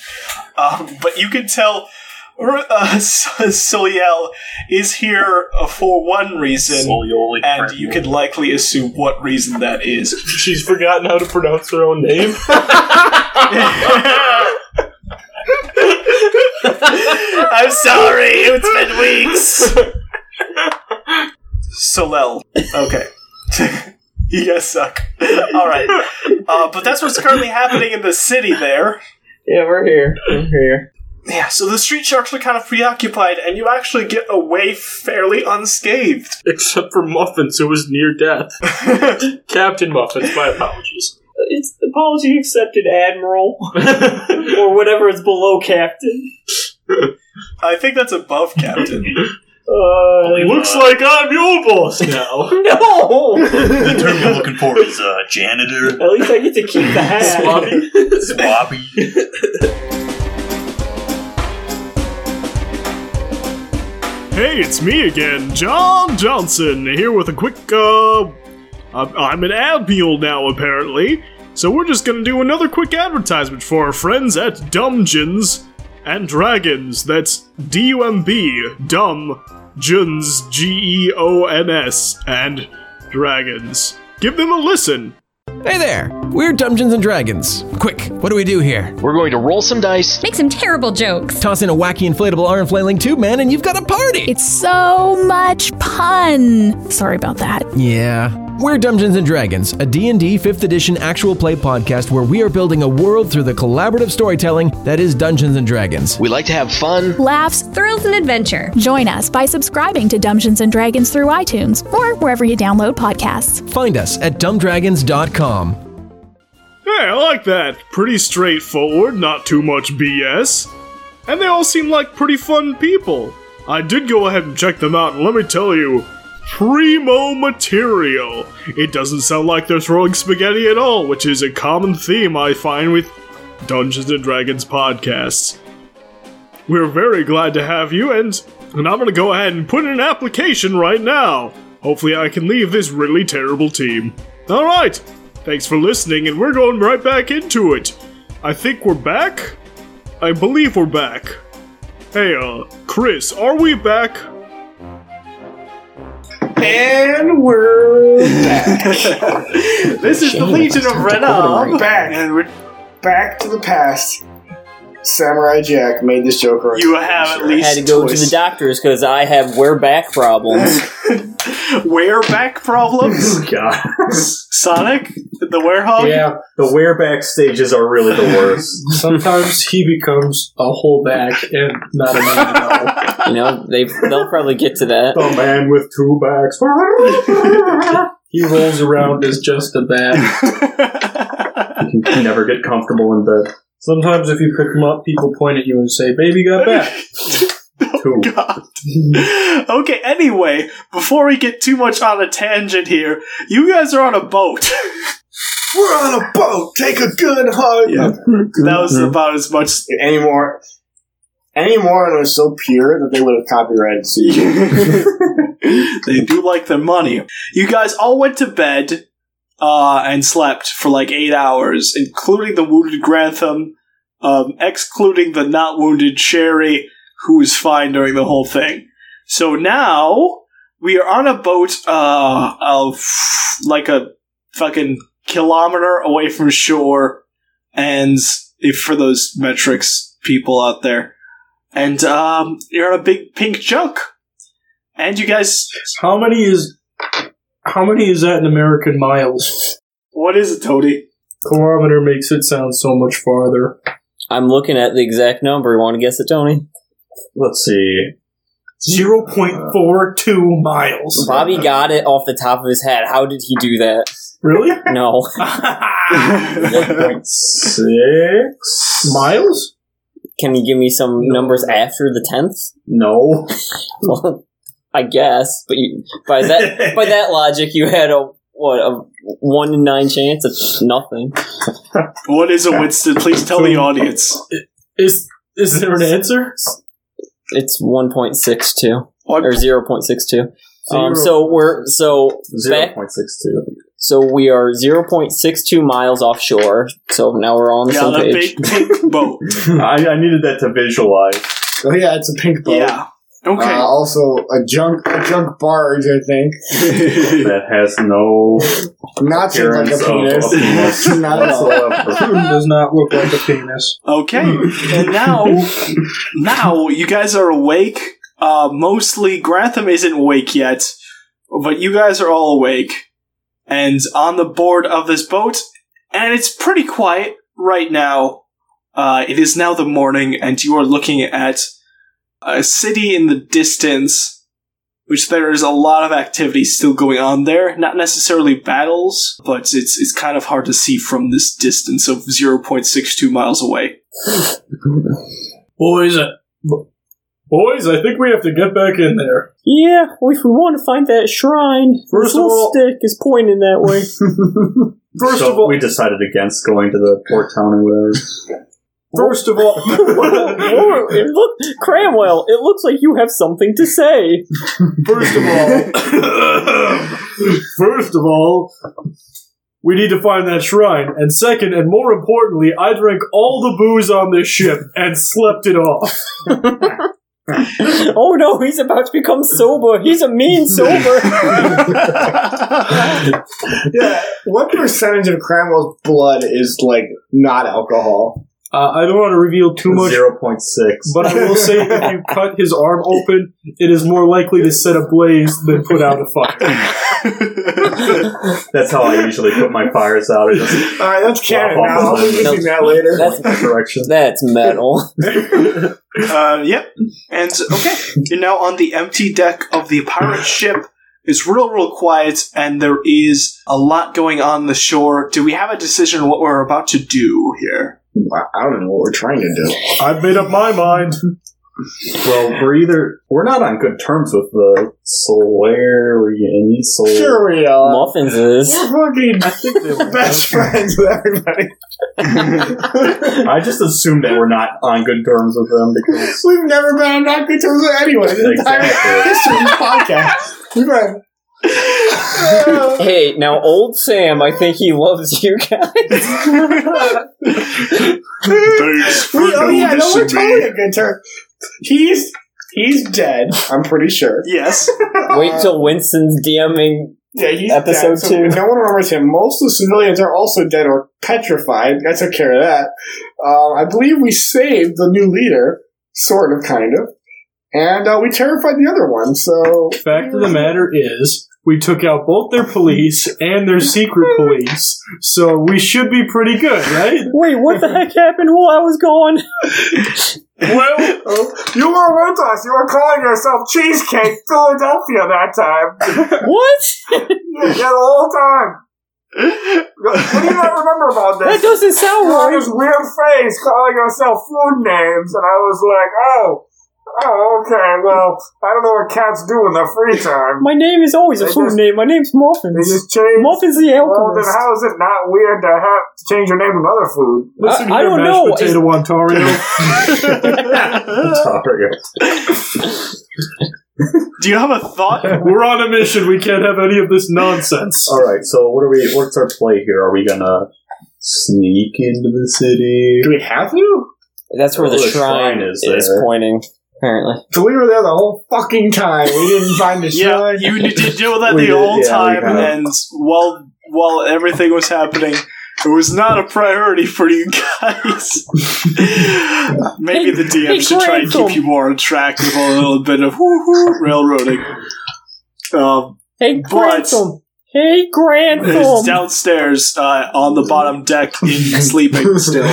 Speaker 1: Um, but you can tell R- uh, Soliel is here uh, for one reason,
Speaker 5: Solioli
Speaker 1: and
Speaker 5: crap.
Speaker 1: you can likely assume what reason that is.
Speaker 6: She's forgotten how to pronounce her own name.
Speaker 1: I'm sorry, it's been weeks. Solel. Okay. you guys suck. All right. Uh, but that's what's currently happening in the city there.
Speaker 3: Yeah, we're here. We're here.
Speaker 1: Yeah, so the street sharks are kind of preoccupied, and you actually get away fairly unscathed.
Speaker 5: Except for Muffins, who was near death. Captain Muffins, my apologies.
Speaker 3: It's apology accepted, Admiral, or whatever is below Captain.
Speaker 1: I think that's above Captain.
Speaker 3: Uh,
Speaker 5: Looks like I'm your boss now.
Speaker 3: no.
Speaker 8: The term you're looking for is uh, janitor,
Speaker 3: At least I get to keep the hat.
Speaker 5: Swabby.
Speaker 8: sloppy.
Speaker 2: Hey, it's me again, John Johnson, here with a quick, uh. I'm- I'm an admiral now, apparently. So we're just gonna do another quick advertisement for our friends at Dungeons and Dragons. That's D U M B, Dumb, Juns, G E O N S, and Dragons. Give them a listen.
Speaker 9: Hey there! We're Dungeons and Dragons. Quick, what do we do here?
Speaker 10: We're going to roll some dice.
Speaker 11: Make some terrible jokes.
Speaker 9: Toss in a wacky inflatable arm flailing tube man, and you've got a party!
Speaker 11: It's so much pun. Sorry about that.
Speaker 9: Yeah. We're Dungeons and Dragons, a D&D 5th edition actual play podcast where we are building a world through the collaborative storytelling that is Dungeons and Dragons.
Speaker 10: We like to have fun.
Speaker 11: Laughs, thrills, and adventure.
Speaker 12: Join us by subscribing to Dungeons and Dragons through iTunes or wherever you download podcasts.
Speaker 9: Find us at dumbdragons.com.
Speaker 2: Hey, I like that. Pretty straightforward, not too much BS. And they all seem like pretty fun people. I did go ahead and check them out, and let me tell you, primo material. It doesn't sound like they're throwing spaghetti at all, which is a common theme I find with Dungeons and Dragons podcasts. We're very glad to have you, and, and I'm gonna go ahead and put in an application right now. Hopefully, I can leave this really terrible team. Alright, Thanks for listening, and we're going right back into it. I think we're back? I believe we're back. Hey, uh, Chris, are we back?
Speaker 5: And we're back. this is the Legion of Renom.
Speaker 4: back and we're back to the past. Samurai Jack made this joke already.
Speaker 1: You have at
Speaker 4: Sure.
Speaker 1: least
Speaker 3: had to go
Speaker 1: twice.
Speaker 3: to the doctors because I have wear back problems.
Speaker 1: wear back
Speaker 5: Oh,
Speaker 1: problems.
Speaker 13: God.
Speaker 1: Sonic, the werehog.
Speaker 13: Yeah, the wearback stages are really the worst.
Speaker 5: Sometimes he becomes a whole back and not a man at
Speaker 3: you know, they they'll probably get to that.
Speaker 13: the man with two backs.
Speaker 5: all. He rolls around as just a back.
Speaker 13: You can never get comfortable in bed.
Speaker 5: Sometimes if you pick him up, people point at you and say, Baby got back.
Speaker 13: Two.
Speaker 1: God. okay, anyway, before we get too much on a tangent here, you guys are on a boat.
Speaker 4: We're on a boat. Take a good hug.
Speaker 1: that was about as much.
Speaker 4: Any more, any more, and it was so pure that they would have copyrighted CD.
Speaker 1: they do like their money. You guys all went to bed uh, and slept for like eight hours, including the wounded Grantham, um, excluding the not wounded Sherry, who was fine during the whole thing. So now we are on a boat uh, of like a fucking kilometer away from shore, and if for those metrics people out there. And um, you're on a big pink junk. And you guys
Speaker 5: How many is how many is that in American miles?
Speaker 1: What is it, Toady?
Speaker 5: Kilometer makes it sound so much farther.
Speaker 3: I'm looking at the exact number. You want to guess it, Tony?
Speaker 13: Let's see.
Speaker 5: Zero point four two miles.
Speaker 3: Bobby got it off the top of his head. How did he do that?
Speaker 5: Really?
Speaker 3: No.
Speaker 13: Six
Speaker 5: miles?
Speaker 3: Can you give me some numbers after the tenth?
Speaker 13: No.
Speaker 3: Well, I guess, but you, by that by that logic, you had a what a one in nine chance. It's nothing.
Speaker 1: What is a Winston? Please tell the audience.
Speaker 5: Is is there an answer?
Speaker 3: It's one point six two
Speaker 1: What?
Speaker 3: or zero point six two. Um, so we're so
Speaker 13: Zero
Speaker 3: back,
Speaker 13: point six two.
Speaker 3: so we are zero point six two miles offshore. So now we're all on the
Speaker 1: Yeah,
Speaker 3: same
Speaker 1: the
Speaker 3: page.
Speaker 1: big pink boat.
Speaker 13: I, I needed that to visualize.
Speaker 4: oh yeah, it's a pink boat.
Speaker 1: yeah.
Speaker 4: Uh,
Speaker 1: Okay.
Speaker 4: also, a junk a junk barge, I think.
Speaker 13: That has no
Speaker 4: Not shaped like a
Speaker 13: appearance of a
Speaker 4: penis.
Speaker 13: penis
Speaker 4: Not at all.
Speaker 13: whatsoever.
Speaker 5: Does not look like a penis.
Speaker 1: Okay. And now, now you guys are awake. Uh, mostly Grantham isn't awake yet. But you guys are all awake and on the board of this boat, and it's pretty quiet right now. Uh, it is now the morning, and you are looking at a city in the distance, which there is a lot of activity still going on there. Not necessarily battles, but it's it's kind of hard to see from this distance of zero point six two miles away.
Speaker 2: Boys, uh, b- boys, I think we have to get back in there.
Speaker 3: Yeah, well, if we want to find that shrine, this
Speaker 2: First of
Speaker 3: little
Speaker 2: all-
Speaker 3: stick is pointing that way.
Speaker 2: First
Speaker 14: so
Speaker 2: of all,
Speaker 14: we decided against going to the port town or whatever.
Speaker 2: first of all,
Speaker 3: or it look, Cramwell, it looks like you have something to say.
Speaker 2: First of all, first of all, we need to find that shrine. And second, and more importantly, I drank all the booze on this ship and slept it off.
Speaker 3: oh no, he's about to become sober. He's a mean sober.
Speaker 4: yeah. What percentage of Cramwell's blood is like not alcohol?
Speaker 2: Uh, I don't want to reveal too much,
Speaker 14: Zero point six.
Speaker 2: but I will say if you cut his arm open, it is more likely to set ablaze than put out a fire.
Speaker 14: That's how I usually put my fires out. I just
Speaker 4: All right, that's canon
Speaker 14: Wow.
Speaker 4: now. I'll be using that later.
Speaker 14: direction.
Speaker 3: That's metal.
Speaker 1: Um, yep. And okay, you're now on the empty deck of the pirate ship. It's real, real quiet, and there is a lot going on the shore. Do we have a decision on what we're about to do here?
Speaker 4: I don't know what we're trying to do.
Speaker 2: I've made up my mind.
Speaker 14: Well, we're either we're not on good terms with the Solarian. Sol-
Speaker 4: Sure we are.
Speaker 3: Muffins is.
Speaker 4: We're
Speaker 2: I think they
Speaker 4: fucking best friends with everybody.
Speaker 14: I just assume that we're not on good terms with them because
Speaker 4: We've never been on not good terms with anyone. The entire
Speaker 14: Exactly.
Speaker 4: history of the podcast. We've been.
Speaker 3: Hey, now old Sam, I think he loves you guys.
Speaker 1: Thanks
Speaker 4: We, oh yeah, no, we're totally a good term. He's he's dead. I'm pretty sure.
Speaker 1: Yes.
Speaker 3: Wait till Winston's DMing.
Speaker 4: Yeah, he's
Speaker 3: Episode
Speaker 4: dead, so
Speaker 3: two.
Speaker 4: no one remembers him. Most of the civilians are also dead or petrified. I took care of that. Um, I believe we saved the new leader, sort of, kind of, and uh, we terrified the other one. So
Speaker 2: Fact of the matter is, we took out both their police and their secret police, so we should be pretty good, right?
Speaker 3: Wait, what the heck happened while I was gone?
Speaker 2: Well,
Speaker 4: you were with us. You were calling yourself Cheesecake Philadelphia that time.
Speaker 3: What?
Speaker 4: yeah, the whole time. What do you not remember about
Speaker 3: That doesn't sound
Speaker 4: You had
Speaker 3: right.
Speaker 4: this weird face calling yourself food names, and I was like, oh, oh, okay, well, I don't know what cats do in their free time.
Speaker 3: My name is always a food name. My name's
Speaker 4: They
Speaker 3: Muffins.
Speaker 4: just change.
Speaker 3: Muffins the
Speaker 4: Well, then
Speaker 3: Alchemist.
Speaker 4: how is it not weird to have to change your name to another food?
Speaker 2: listen
Speaker 3: I- I
Speaker 2: here,
Speaker 3: don't
Speaker 2: mashed
Speaker 3: know.
Speaker 2: potato Ontario.
Speaker 14: Sorry.
Speaker 1: Do you have a thought?
Speaker 2: We're on a mission. We can't have any of this nonsense.
Speaker 14: All right. So what are we? What's our play here? Are we gonna sneak into the city?
Speaker 4: we have to?
Speaker 3: That's where
Speaker 14: Oh,
Speaker 3: the,
Speaker 14: the
Speaker 3: shrine,
Speaker 14: shrine is
Speaker 3: is
Speaker 14: there.
Speaker 3: pointing. Apparently,
Speaker 4: So we were there the whole fucking time. We didn't find the
Speaker 1: Yeah,
Speaker 4: shrine.
Speaker 1: you did deal with that
Speaker 14: We
Speaker 1: the
Speaker 14: did,
Speaker 1: whole
Speaker 14: yeah, we
Speaker 1: time,
Speaker 14: kind of-
Speaker 1: and while while everything was happening, it was not a priority for you guys. Maybe the DM
Speaker 3: hey,
Speaker 1: should try and
Speaker 3: Grantham.
Speaker 1: keep you more on track with a little bit of woo-hoo railroading. Um,
Speaker 3: hey Grantham. Hey
Speaker 1: it's
Speaker 3: Grantham.
Speaker 1: downstairs uh, on the bottom deck in sleeping still.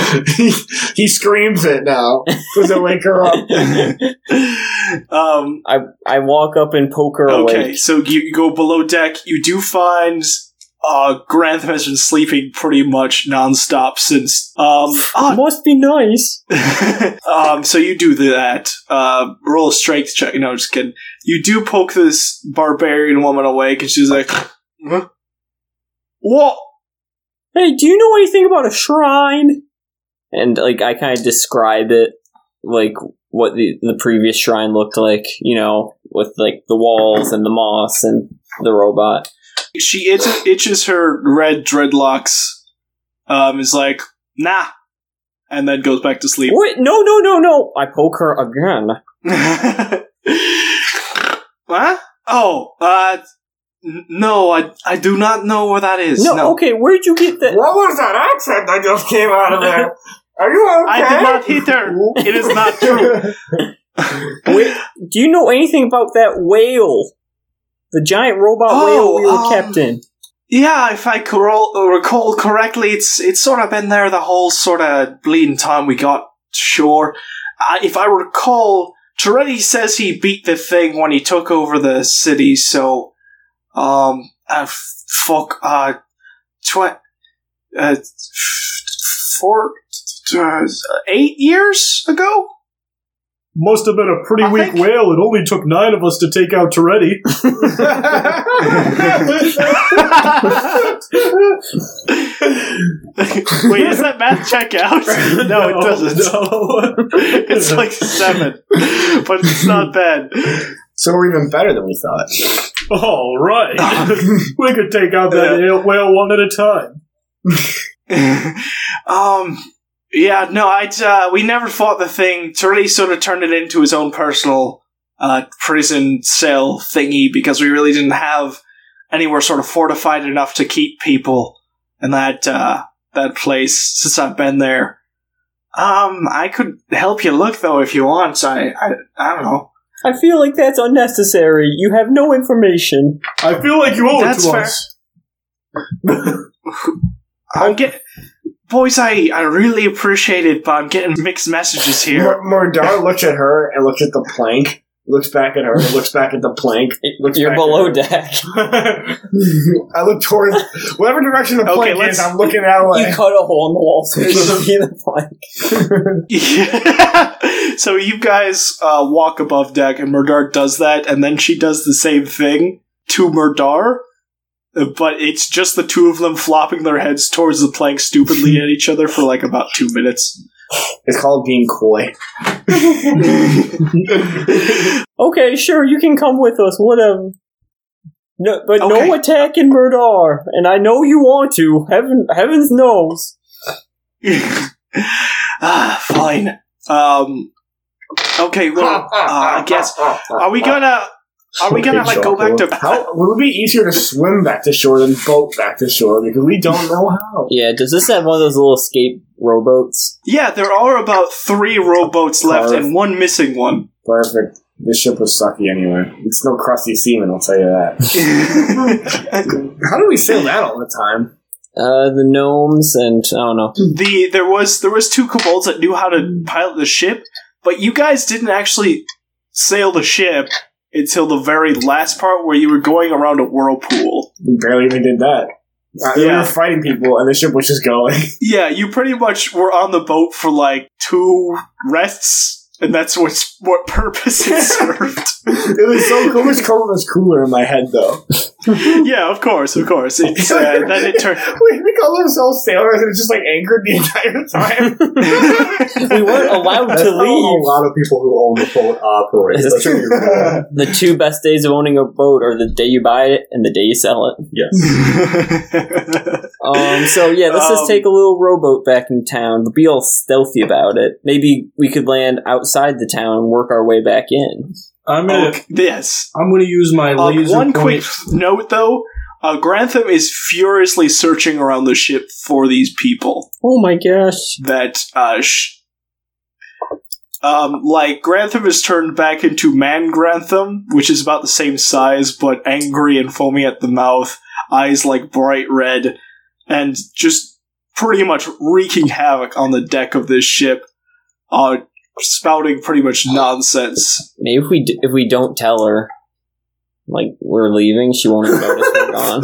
Speaker 4: he screams it now. Does it wake her up?
Speaker 1: Um,
Speaker 3: I I walk up and poke
Speaker 14: Oh,
Speaker 3: her
Speaker 1: okay,
Speaker 3: awake.
Speaker 1: so you, you go below deck. You do find uh, Grantham has been sleeping pretty much nonstop since. Um, ah,
Speaker 3: Must be nice.
Speaker 1: um, so you do that. Uh, roll a strength check. No, I'm just kidding. You do poke this barbarian woman awake, and she's like, "Huh? "What?
Speaker 3: Hey, do you know anything about a shrine? And like I kind of describe it, like what the the previous shrine looked like. You know, with like the walls and the moss and the robot.
Speaker 1: She itch- itches her red dreadlocks. Um, is like, nah, and then goes back to sleep.
Speaker 3: Wait, no, no, no, no! I poke her again.
Speaker 1: huh? Oh, uh, n- no, I I do not know where that is.
Speaker 3: No,
Speaker 1: No,
Speaker 3: okay, where'd you get that?
Speaker 4: What was that accent that just came out of there? Are you okay?
Speaker 1: I did not hit her. It is not true.
Speaker 3: Wait, do you know anything about that whale? The giant robot
Speaker 1: Oh,
Speaker 3: whale we were
Speaker 1: um,
Speaker 3: kept in.
Speaker 1: Yeah, if I corol- recall correctly, it's it's sort of been there the whole sort of bleeding time we got shore. Uh, if I recall, Toretti says he beat the thing when he took over the city, so um, uh, f- fuck, uh, tw- uh, f- four, t- uh, eight years ago.
Speaker 2: Must have been a pretty weak whale. It only took nine of us to take out Toretti.
Speaker 15: Wait, does that math check out? No,
Speaker 2: Oh,
Speaker 15: it doesn't.
Speaker 1: it's like seven, but it's not bad.
Speaker 12: So we're even better than we thought.
Speaker 2: All right. we could take out that whale one at a time.
Speaker 1: Um, yeah, no, I uh, we never fought the thing. Turley sort of turned it into his own personal uh, prison cell thingy because we really didn't have anywhere sort of fortified enough to keep people in that uh, that place since I've been there. Um, I could help you look though if you want. I I, I don't know.
Speaker 3: I feel like that's unnecessary. You have no information.
Speaker 2: I feel like you
Speaker 1: owe it That's to fair. us. I'm get boys. I I really appreciate it, but I'm getting mixed messages here.
Speaker 12: Mor- Mordar looks at her and looks at the plank, looks back at her, and looks back at the plank. Looks
Speaker 3: You're
Speaker 12: back
Speaker 3: below
Speaker 12: at
Speaker 3: deck.
Speaker 12: her. I look towards whatever direction the
Speaker 3: Okay,
Speaker 12: plank
Speaker 3: let's-
Speaker 12: is. I'm looking that way.
Speaker 3: You cut a hole in the wall so you can see the plank.
Speaker 1: So you guys uh, walk above deck, and Murdar does that, and then she does the same thing to Murdar, uh, but it's just the two of them flopping their heads towards the plank stupidly at each other for like about two minutes.
Speaker 12: It's called being coy.
Speaker 3: Okay, sure, you can come with us, whatever. No, but no
Speaker 1: Okay.
Speaker 3: attack in Murdar, and I know you want to. Heaven, heavens knows.
Speaker 1: Ah, fine. Um, okay, well, uh, I guess are we gonna are we gonna like go back to
Speaker 12: How, would it be easier to swim back to shore than boat back to shore? Because we don't know how.
Speaker 3: Yeah, does this have one of those little escape rowboats?
Speaker 1: Yeah, there are about three rowboats left and one missing one.
Speaker 12: Perfect. This ship was sucky anyway. It's no crusty seaman, I'll tell you that. how do we sail that all the time?
Speaker 3: Uh, the gnomes and I don't know.
Speaker 1: the there was there was two kobolds that knew how to pilot the ship, but you guys didn't actually sail the ship until the very last part where you were going around a whirlpool.
Speaker 12: We barely even did that. Uh, We
Speaker 1: Yeah.
Speaker 12: were fighting people, and the ship was just going.
Speaker 1: Yeah, you pretty much were on the boat for like two rests, and that's what's what purpose it served.
Speaker 12: it was so cool. It was cool. It was cooler in my head, though.
Speaker 1: yeah, of course, of course. It's, uh, then it turned.
Speaker 12: we, we call ourselves sailors, and it's just like anchored the entire time.
Speaker 3: we weren't allowed
Speaker 14: That's
Speaker 3: to
Speaker 14: how
Speaker 3: leave.
Speaker 14: A lot of people who own the boat operate. Let's be real.
Speaker 3: the two best days of owning a boat are the day you buy it and the day you sell it.
Speaker 14: Yes.
Speaker 3: Um, so yeah, let's
Speaker 14: Um,
Speaker 3: just take a little rowboat back in town, but be all stealthy about it. Maybe we could land outside the town and work our way back in.
Speaker 2: I'm gonna.
Speaker 1: Oh, Yes.
Speaker 2: I'm gonna use my
Speaker 1: Uh,
Speaker 2: laser.
Speaker 1: one
Speaker 2: point.
Speaker 1: quick note, though. Uh, Grantham is furiously searching around the ship for these people.
Speaker 3: Oh my gosh!
Speaker 1: That uh, sh- um, like Grantham is turned back into Man Grantham, which is about the same size but angry and foamy at the mouth, eyes like bright red, and just pretty much wreaking havoc on the deck of this ship. Uh, spouting pretty much nonsense.
Speaker 3: Maybe if we d- if we don't tell her, like we're leaving, she won't even notice we're gone.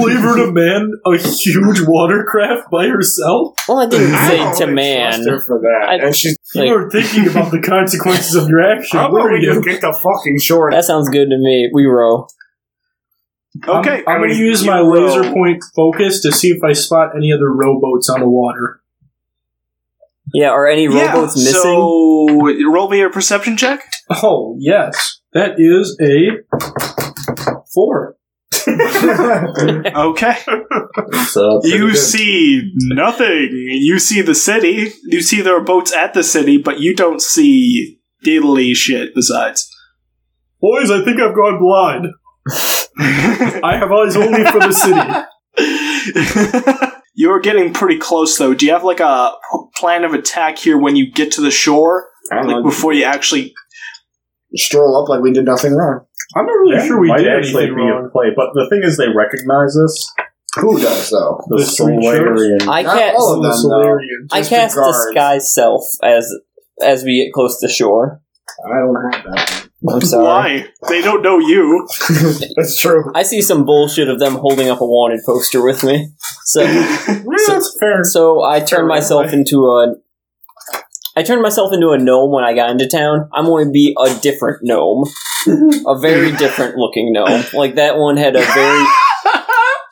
Speaker 2: Leave her to man a huge watercraft by herself.
Speaker 3: Well, I didn't
Speaker 2: I
Speaker 3: say
Speaker 2: don't
Speaker 3: to
Speaker 2: really
Speaker 3: man.
Speaker 2: trust her
Speaker 12: for that. and she's
Speaker 2: You were thinking about the consequences of your action.
Speaker 12: How about we just get the fucking shore?
Speaker 3: That sounds good to me. We row.
Speaker 2: Okay, I'm, going to use my laser point focus to see if I spot any other rowboats on the water.
Speaker 3: Yeah, are any
Speaker 2: rowboats missing?
Speaker 1: So roll me a perception check.
Speaker 2: Oh yes, that is a four.
Speaker 1: okay.
Speaker 14: So pretty
Speaker 1: You
Speaker 14: good.
Speaker 1: see nothing. You see the city. You see there are boats at the city, but you don't see diddly shit besides.
Speaker 2: Boys, I think I've gone blind. I have eyes only for the city.
Speaker 1: You're getting pretty close though. Do you have like a p- plan of attack here when you get to the shore?
Speaker 12: I don't
Speaker 1: Like
Speaker 12: know.
Speaker 1: before you actually
Speaker 12: Stroll up like we did nothing wrong.
Speaker 14: I'm not really
Speaker 2: That
Speaker 14: sure we
Speaker 2: might
Speaker 14: did
Speaker 2: actually
Speaker 14: anything
Speaker 2: be
Speaker 14: wrong. play, but the thing is, they recognize us.
Speaker 12: Who does though?
Speaker 14: The, Solarian.
Speaker 3: I
Speaker 12: Not
Speaker 3: cast
Speaker 12: all of them,
Speaker 14: uh,
Speaker 12: though. Solarian,
Speaker 3: I
Speaker 12: just
Speaker 3: cast
Speaker 12: the guards.
Speaker 3: disguise self as as we get close to shore.
Speaker 12: I don't have that.
Speaker 3: I'm sorry.
Speaker 1: Why? They don't know you.
Speaker 12: That's true.
Speaker 3: I see some bullshit of them holding up a wanted poster with me. So, so So I turned myself into a. I turned myself into a gnome when I got into town. I'm going to be a different gnome, a very different looking gnome. Like that one had a very.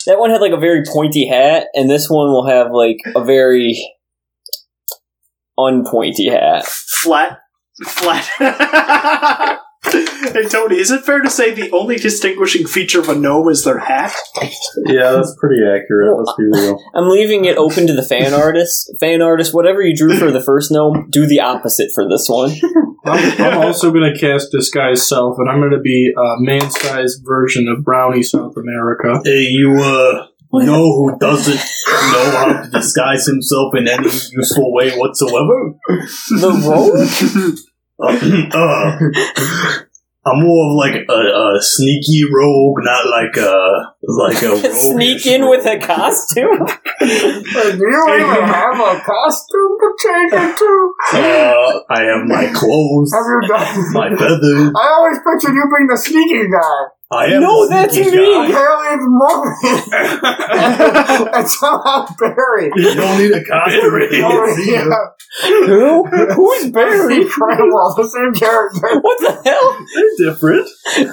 Speaker 3: That one had like a very pointy hat, and this one will have like a very unpointy hat.
Speaker 1: Flat. Flat. hey, Tony, is it fair to say the only distinguishing feature of a gnome is their hat?
Speaker 14: Yeah, that's pretty accurate. Let's be real.
Speaker 3: I'm leaving it open to the fan artist. Fan artist, whatever you drew for the first gnome, do the opposite for this one.
Speaker 2: I'm, I'm also going to cast Disguise Self, and I'm going to be a man sized version of Brownie South America.
Speaker 5: Hey, you uh, know who doesn't know how to disguise himself in any useful way whatsoever?
Speaker 3: The
Speaker 5: rogue? uh, I'm more of like a, a sneaky rogue, not like a like a rogue.
Speaker 3: Sneak in with a costume.
Speaker 12: Do you even have a costume to change into?
Speaker 5: Uh, I have my clothes,
Speaker 12: Have you done?
Speaker 5: my feathers.
Speaker 12: I always pictured you being the sneaky guy.
Speaker 5: I am No, the that's sneaky me. guy.
Speaker 12: Apparently, it's Morgan. That's somehow Barry.
Speaker 5: You don't need a costume.
Speaker 12: Oh, yeah.
Speaker 3: Who? Who's Barry?
Speaker 12: Incredible. The same character.
Speaker 3: What the hell?
Speaker 12: They're
Speaker 5: different.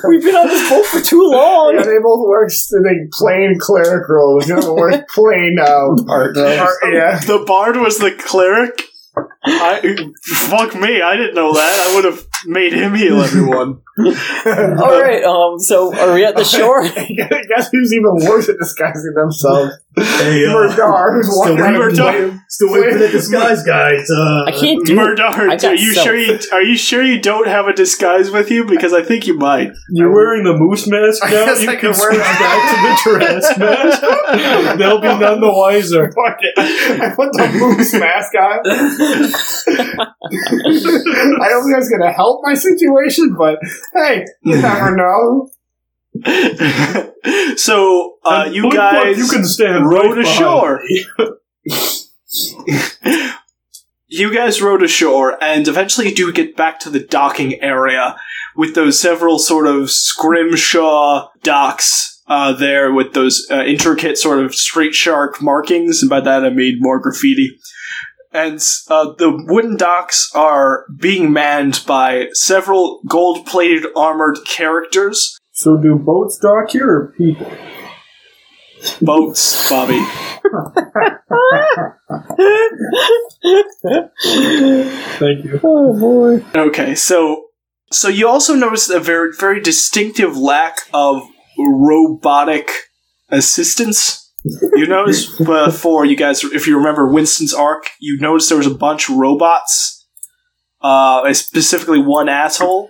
Speaker 3: We've been on this boat for too long.
Speaker 12: Yeah, they both work in a plain cleric role. They don't work plain uh, art. yeah.
Speaker 1: The bard was the cleric? I, fuck me, I didn't know that. I would have made him heal everyone.
Speaker 3: All right. Um. So are we at the shore?
Speaker 12: Guess who's even worse at disguising themselves?
Speaker 5: Hey, uh,
Speaker 12: Murdar, who's
Speaker 5: still
Speaker 12: walking
Speaker 5: waiting,
Speaker 12: out of
Speaker 5: waiting- still waiting for the disguise, guys. Uh,
Speaker 1: Murdar, are you sure you are you sure you don't have a disguise with you? Because I think you might.
Speaker 2: You're wearing the moose mask
Speaker 1: I
Speaker 2: now?
Speaker 1: guess
Speaker 2: You
Speaker 1: I
Speaker 2: can
Speaker 1: could wear
Speaker 2: switch
Speaker 1: that.
Speaker 2: back to the dress mask. They'll be none the wiser.
Speaker 12: Fuck it. I put the moose mask on. I don't think that's going to help my situation, but hey, you never know.
Speaker 1: So uh, you
Speaker 12: look, look,
Speaker 1: guys,
Speaker 12: you can
Speaker 2: stand
Speaker 1: rowed
Speaker 2: right behind
Speaker 1: ashore. you guys rowed ashore, and eventually do get back to the docking area with those several sort of scrimshaw docks uh, there, with those uh, intricate sort of straight shark markings, and by that I mean more graffiti. And uh, the wooden docks are being manned by several gold-plated armored characters
Speaker 2: So, do boats dock here or people?
Speaker 1: boats, Bobby.
Speaker 2: Thank you.
Speaker 3: Oh boy.
Speaker 1: Okay, so so you also notice a very very distinctive lack of robotic assistance. You notice before you guys, if you remember Winston's arc, you noticed there was a bunch of robots, uh, specifically one asshole,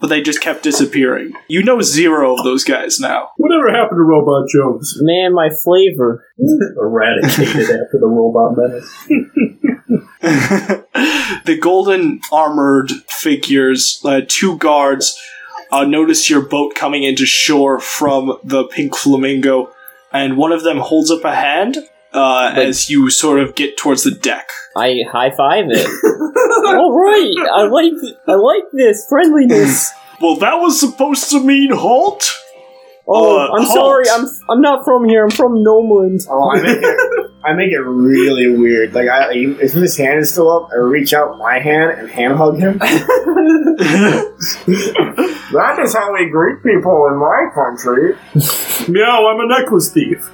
Speaker 1: but they just kept disappearing. You know zero of those guys now.
Speaker 2: Whatever happened to Robot Jones?
Speaker 3: Man, my flavor.
Speaker 14: Eradicated after the robot menace.
Speaker 1: the golden armored figures, uh, two guards, uh, notice your boat coming into shore from the pink flamingo, and one of them holds up a hand uh, as you sort of get towards the deck.
Speaker 3: I high five it. All right. I like I like this friendliness.
Speaker 1: Well, that was supposed to mean halt.
Speaker 3: Oh,
Speaker 1: Uh,
Speaker 3: I'm
Speaker 1: halt.
Speaker 3: sorry. I'm I'm not from here. I'm from Nomeland.
Speaker 12: Oh, I make it. I make it really weird. Like, I, if his hand is still up, I reach out my hand and hand hug him. that is how we greet people in my country.
Speaker 2: Meow, I'm a necklace thief.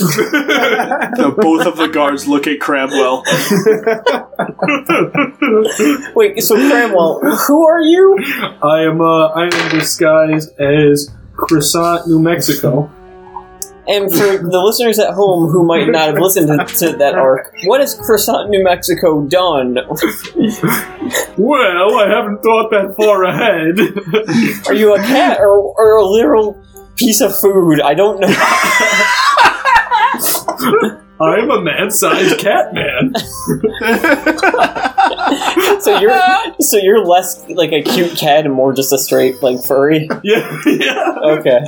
Speaker 1: Now Uh, both of the guards look at Crabwell.
Speaker 3: Wait. So Cramwell, who are you?
Speaker 2: I am uh, I am disguised as Croissant, New Mexico.
Speaker 3: And for the listeners at home who might not have listened to, to that arc, what has Croissant New Mexico done?
Speaker 2: Well, I haven't thought that far ahead.
Speaker 3: Are you a cat or, or a literal piece of food? I don't know.
Speaker 2: I'm a man-sized cat man.
Speaker 3: so so you're so you're less like a cute cat and more just a straight like furry.
Speaker 2: Yeah.
Speaker 3: Okay.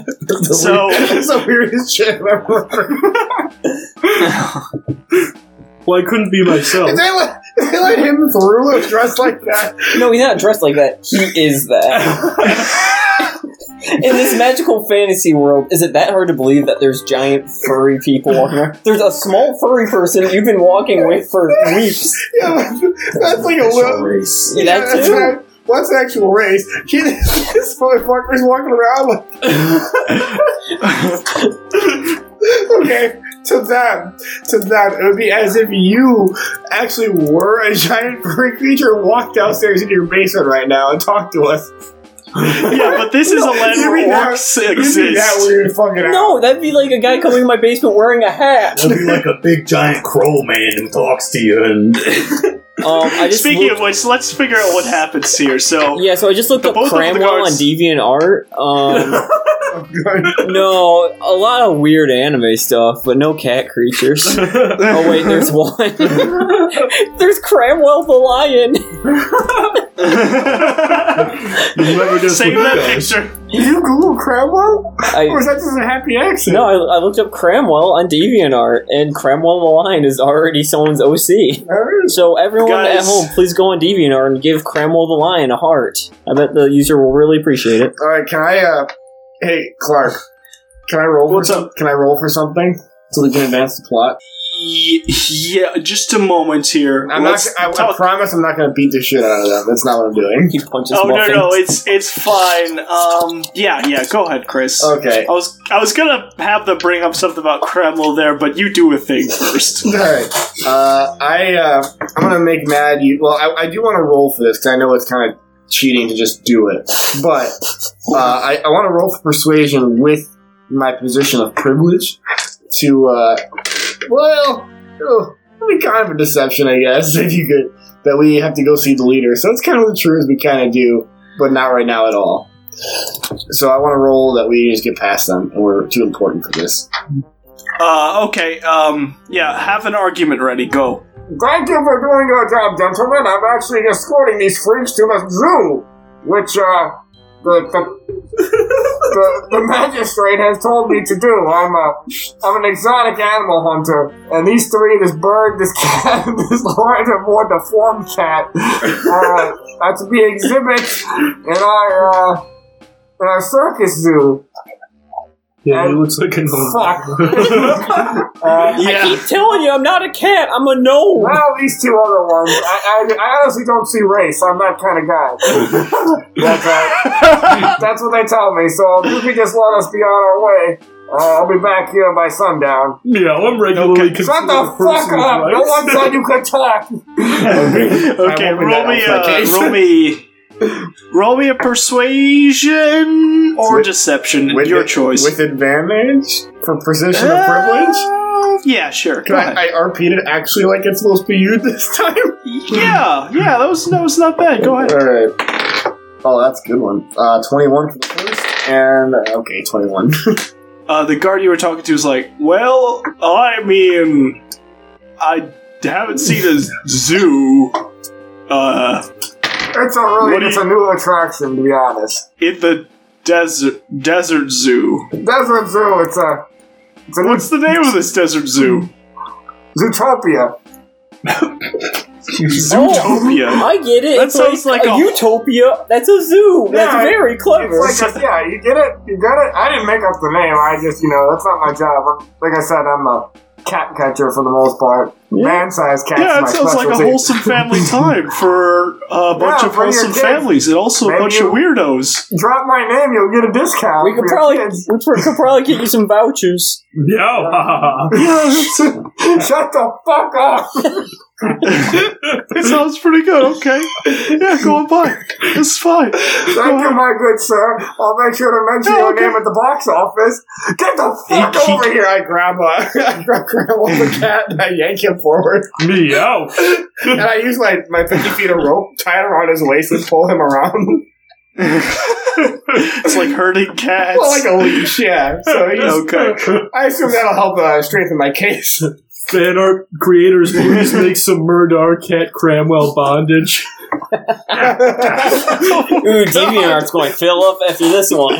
Speaker 1: So-
Speaker 4: it's the weirdest shit I've ever heard.
Speaker 2: Well, I couldn't be myself.
Speaker 4: If they let, if they let him through a dress like that,
Speaker 3: No, he's not dressed like that. He is that. In this magical fantasy world, is it that hard to believe that there's giant furry people walking around? There's a small furry person you've been walking with for weeks.
Speaker 4: yeah, that's, that's like a little
Speaker 3: race.
Speaker 4: Yeah,
Speaker 3: That
Speaker 4: that's
Speaker 3: too.
Speaker 4: not- What's an actual race? He, this motherfucker's walking around like. okay, to them, to them, it would be as if you actually were a giant furry creature and walked downstairs in your basement right now and talked to us.
Speaker 1: yeah, but this is a land
Speaker 4: You'd be
Speaker 1: where
Speaker 4: that-
Speaker 1: orcs
Speaker 4: you'd be that
Speaker 1: exist.
Speaker 4: weird fucking out.
Speaker 3: No, that'd be like a guy coming in my basement wearing a hat.
Speaker 5: It'll be like a big giant crow man who talks to you and
Speaker 3: Um, I just
Speaker 1: Speaking
Speaker 3: looked-
Speaker 1: of which, let's figure out what happens here. So
Speaker 3: Yeah, so I just looked
Speaker 1: The
Speaker 3: up
Speaker 1: both of the
Speaker 3: Cramwell on
Speaker 1: guards-
Speaker 3: DeviantArt. Um, no, a lot of weird anime stuff, but no cat creatures. oh wait, there's one. there's Cramwell the lion.
Speaker 1: save that picture.
Speaker 4: Did you Google Cramwell?
Speaker 3: I-
Speaker 4: or is that just a happy accident?
Speaker 3: No, I, I looked up Cramwell on DeviantArt, and Cramwell the lion is already someone's OC. So everyone at
Speaker 1: Guys.
Speaker 3: home, please go on DeviantArt and give Cramwell the lion a heart. I bet the user will really appreciate it.
Speaker 4: All right, can I? uh Hey, Clark, can I roll? What's up? Can I roll for something so we can advance the plot?
Speaker 1: Ye- Yeah, just a moment here.
Speaker 4: I'm not,
Speaker 1: Let's
Speaker 4: I, I
Speaker 1: talk-
Speaker 4: promise I'm not going to beat the shit out of them. That's not what I'm doing.
Speaker 3: He punches.
Speaker 1: Oh no no, it's it's fine. Um, yeah yeah, go ahead, Chris.
Speaker 4: Okay.
Speaker 1: I was I was gonna have them bring up something about Kreml there, but you do a thing first.
Speaker 4: All right. Uh, I uh, I'm gonna make mad you. Well, I, I do want to roll for this because I know it's kind of cheating to just do it, but uh, I, I want to roll for persuasion with my position of privilege to. Uh, well, oh, it'd be kind of a deception, I guess, if you could that we have to go see the leader. So it's kind of the truth we kind of do, but not right now at all. So I want to roll that we just get past them, and we're too important for this.
Speaker 1: Uh, okay. Um, yeah, have an argument ready. Go.
Speaker 4: Thank you for doing your job, gentlemen. I'm actually escorting these freaks to the zoo, which uh, the the, the, the magistrate has told me to do. I'm a I'm an exotic animal hunter, and these three, this bird, this cat, and this large and more deformed cat, uh, are to be exhibits in our uh, in our circus zoo.
Speaker 2: yeah, he looks like a
Speaker 12: Oh,
Speaker 4: Fuck.
Speaker 3: I keep telling you, I'm not a cat. I'm a gnome.
Speaker 4: Well, these two other ones, I, I, I honestly don't see race. I'm that kind of guy. that's, uh, that's what they tell me. So if you could just let us be on our way, uh, I'll be back here by sundown.
Speaker 2: Yeah, I'm regularly okay.
Speaker 4: Shut the fuck up! No one said you could talk.
Speaker 1: Okay,
Speaker 4: won't be
Speaker 1: roll
Speaker 4: that
Speaker 1: me.
Speaker 4: on
Speaker 1: Uh,
Speaker 4: case.
Speaker 1: roll me. Roll me a persuasion or deception. your choice.
Speaker 4: advantage for position
Speaker 1: of privilege? yeah, sure. Go ahead.
Speaker 4: Uh, I repeat it actually like it's supposed to be you this time?
Speaker 1: yeah, yeah. That was that was not bad. Go ahead.
Speaker 4: All right. Oh, that's a good one. Uh, 21 for the first, and okay, 21.
Speaker 1: Uh, the guard you were talking to is like, well, I mean, I haven't seen a zoo. Uh,
Speaker 4: It's a really,
Speaker 1: What do
Speaker 4: it's a new attraction, to be honest.
Speaker 1: in the desert desert zoo.
Speaker 4: Desert Zoo, it's a, it's a new
Speaker 1: What's the name of this desert zoo?
Speaker 4: Zootopia. Oh.
Speaker 3: I get it.
Speaker 1: That
Speaker 3: it's
Speaker 1: sounds like
Speaker 3: a,
Speaker 1: a-
Speaker 3: utopia. That's a zoo. That's
Speaker 4: Yeah,
Speaker 3: very clever.
Speaker 4: It's like, a, yeah, you get it, you got it. I didn't make up the name. I just, you know, that's not my job. I'm- Like I said, I'm a cat catcher for the most part. Man-sized cats.
Speaker 1: Yeah,
Speaker 4: my
Speaker 1: it sounds like a
Speaker 4: specialty.
Speaker 1: wholesome family time for a bunch
Speaker 4: Yeah,
Speaker 1: of
Speaker 4: for your
Speaker 1: wholesome
Speaker 4: kids.
Speaker 1: families and also a
Speaker 4: Maybe
Speaker 1: bunch
Speaker 4: you-
Speaker 1: of weirdos.
Speaker 4: Drop my name, you'll get a discount.
Speaker 3: we could
Speaker 4: for your
Speaker 3: probably
Speaker 4: kids.
Speaker 3: we pr- could probably get you some vouchers.
Speaker 2: No.
Speaker 4: Shut the fuck up!
Speaker 1: It sounds pretty good, okay. Yeah, go on by. It's fine.
Speaker 4: Thank you, my good sir. I'll make sure to mention your name at the box office. Get the fuck
Speaker 1: He- he-
Speaker 4: over here! I grab a, I grab Grandma the cat and I yank him forward.
Speaker 2: Meow.
Speaker 4: And I use my, my 50 feet of rope, tie it around his waist, and pull him around.
Speaker 1: It's like herding cats.
Speaker 4: well, like a leash, yeah. So he's,
Speaker 1: Okay.
Speaker 4: I assume that'll help uh, strengthen my case.
Speaker 2: Fan art creators, please make some Murder Cat Cramwell bondage.
Speaker 3: Ooh, DeviantArt's going, Philip, after this one.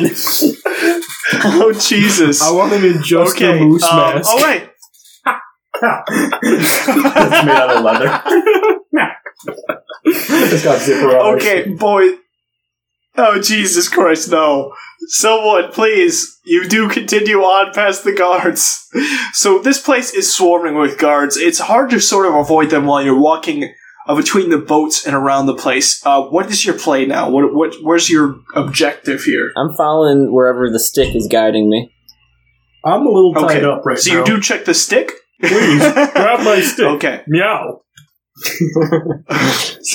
Speaker 1: oh, Jesus. I
Speaker 2: want him in just
Speaker 1: Okay,
Speaker 2: a moose
Speaker 1: um,
Speaker 2: mask.
Speaker 1: all right.
Speaker 14: it's made out of leather. it's got zipper on it.
Speaker 1: Okay, boy. Oh, Jesus Christ, no. Someone, please, you do continue on past the guards. So, this place is swarming with guards. It's hard to sort of avoid them while you're walking uh, between the boats and around the place. Uh, what is your play now? What, what, where's your objective here?
Speaker 3: I'm following wherever the stick is guiding me.
Speaker 2: I'm a little
Speaker 1: so you do check the stick?
Speaker 2: Please, grab my stick.
Speaker 1: Okay.
Speaker 2: Meow.
Speaker 1: So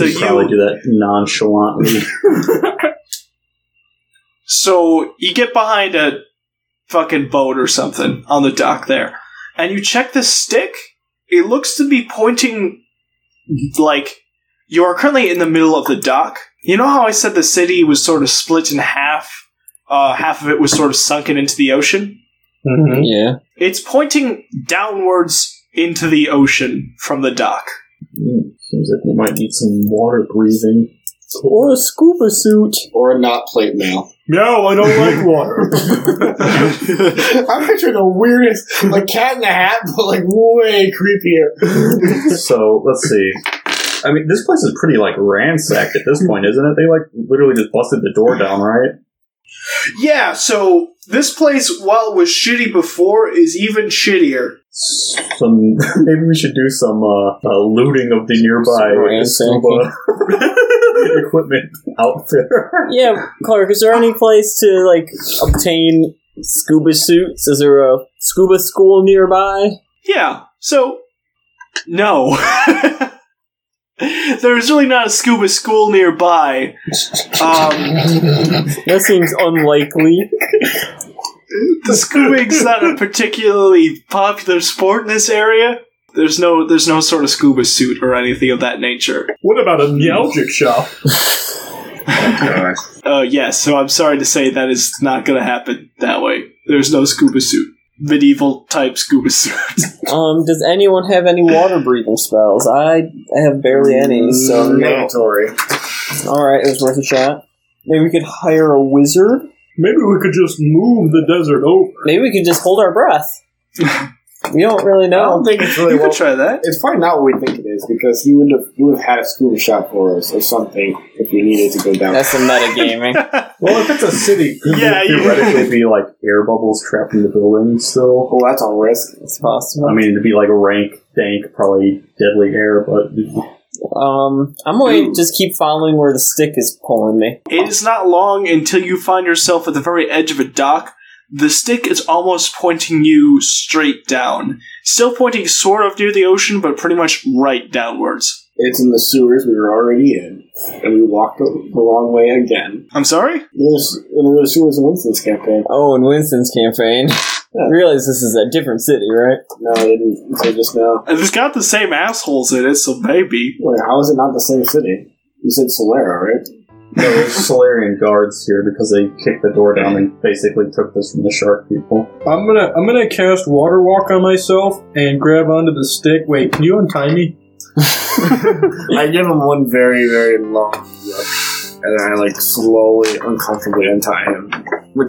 Speaker 14: Should probably
Speaker 1: you-
Speaker 14: do that nonchalantly.
Speaker 1: So you get behind a fucking boat or something on the dock there, and you check the stick. It looks to be pointing like you are currently in the middle of the dock. You know how I said the city was sort of split in half? Uh, half of it was sort of sunken into the ocean?
Speaker 3: Yeah.
Speaker 1: It's pointing downwards into the ocean from the dock.
Speaker 14: Seems like we might need some water breathing.
Speaker 3: Or a scuba suit.
Speaker 12: Or a knot plate mail.
Speaker 2: No, I don't like water.
Speaker 12: I'm picturing the weirdest, like cat in the hat, but like way creepier.
Speaker 14: so let's see. I mean, this place is pretty like ransacked at this point, isn't it? They like literally just busted the door down, right?
Speaker 1: Yeah, so this place, while it was shitty before, is even shittier.
Speaker 14: Some maybe we should do some uh, uh, looting of the nearby scuba equipment out there.
Speaker 3: Yeah, Clark, is there any place to like obtain scuba suits? Is there a scuba school nearby?
Speaker 1: Yeah. So, no. There's really not a scuba school nearby. Um,
Speaker 3: that seems unlikely.
Speaker 1: The scuba's not a particularly popular sport in this area. There's no, there's no sort of scuba suit or anything of that nature.
Speaker 2: What about
Speaker 14: Hmm.
Speaker 2: a meowgic shop?
Speaker 1: Uh, yes. So I'm sorry to say that is not going to happen that way. There's no scuba suit. Medieval type scuba suit.
Speaker 3: Um, does anyone have any water breathing spells? I I have barely any, so
Speaker 4: Mm,
Speaker 3: no.
Speaker 12: Mandatory.
Speaker 3: All right, it was worth a shot. Maybe we could hire a wizard.
Speaker 2: Maybe we could just move the desert over.
Speaker 3: Maybe we could just hold our breath. we don't really know.
Speaker 12: I don't think it's really.
Speaker 3: You could
Speaker 12: well,
Speaker 1: try that.
Speaker 12: It's probably not what we think it is because he would have would have had a scuba shop for us or something if we needed to go down.
Speaker 3: That's some metagaming.
Speaker 14: Well, if it's a city, could
Speaker 12: Yeah,
Speaker 14: there
Speaker 12: you-
Speaker 14: theoretically be like air bubbles trapped in the building still?
Speaker 12: Well, that's a risk.
Speaker 3: It's possible.
Speaker 14: I mean, it'd be like rank, dank, probably deadly air, but
Speaker 3: Um, I'm going to just keep following where the stick is pulling me.
Speaker 1: It is not long until you find yourself at the very edge of a dock. The stick is almost pointing you straight down. Still pointing sort of near the ocean, but pretty much right downwards.
Speaker 12: It's in the sewers we were already in, and we walked the the long way again.
Speaker 1: I'm sorry.
Speaker 12: There's and there's sewers in Winston's campaign.
Speaker 3: Oh, in Winston's campaign. I realize this is a different city, right?
Speaker 12: No, I didn't until just now.
Speaker 1: And it's got the same assholes in it, so maybe.
Speaker 12: Wait, how is it not the same city? You said Solera, right?
Speaker 14: there were Solarian guards here because they kicked the door down and basically took this from the shark people.
Speaker 2: I'm gonna I'm gonna cast water walk on myself and grab onto the stick. Wait, can you untie me?
Speaker 12: I give him one very, very long look, and then I like slowly, uncomfortably untie him. We're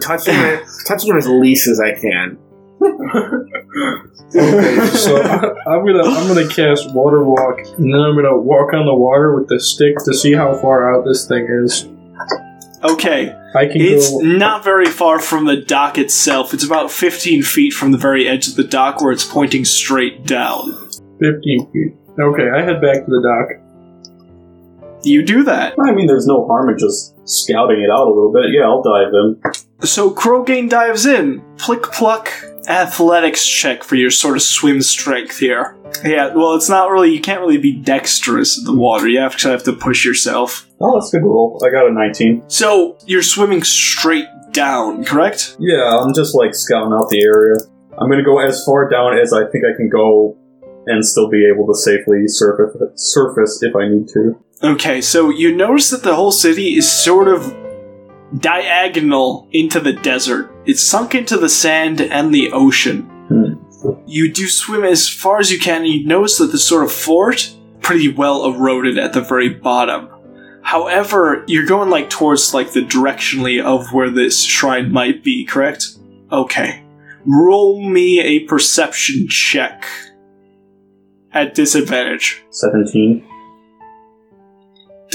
Speaker 12: touching him, touching him as least as I can.
Speaker 2: so I'm gonna I'm gonna cast water walk and then I'm gonna walk on the water with the stick to see how far out this thing is.
Speaker 1: Okay.
Speaker 2: I can
Speaker 1: It's
Speaker 2: go
Speaker 1: not very far from the dock itself. It's about 15 feet from the very edge of the dock where it's pointing straight down.
Speaker 2: 15 feet. Okay, I head back to the dock.
Speaker 1: You do that.
Speaker 14: I mean, there's no harm in just scouting it out a little bit. Yeah, I'll dive in.
Speaker 1: So Krogane dives in. Plick pluck athletics check for your sort of swim strength here. Yeah, well, it's not really, you can't really be dexterous in the water. You actually have to push yourself.
Speaker 14: Oh, that's a good roll. I got a 19.
Speaker 1: So you're swimming straight down, correct?
Speaker 14: Yeah, I'm just like scouting out the area. I'm gonna go as far down as I think I can go and still be able to safely surface surface if I need to.
Speaker 1: Okay, so you notice that the whole city is sort of diagonal into the desert. It's sunk into the sand and the ocean. You do swim as far as you can, and you notice that the sort of fort pretty well eroded at the very bottom.
Speaker 16: However, you're going like towards like the directionally of where this shrine might be, correct? Okay. Roll me a perception check at disadvantage.
Speaker 17: 17.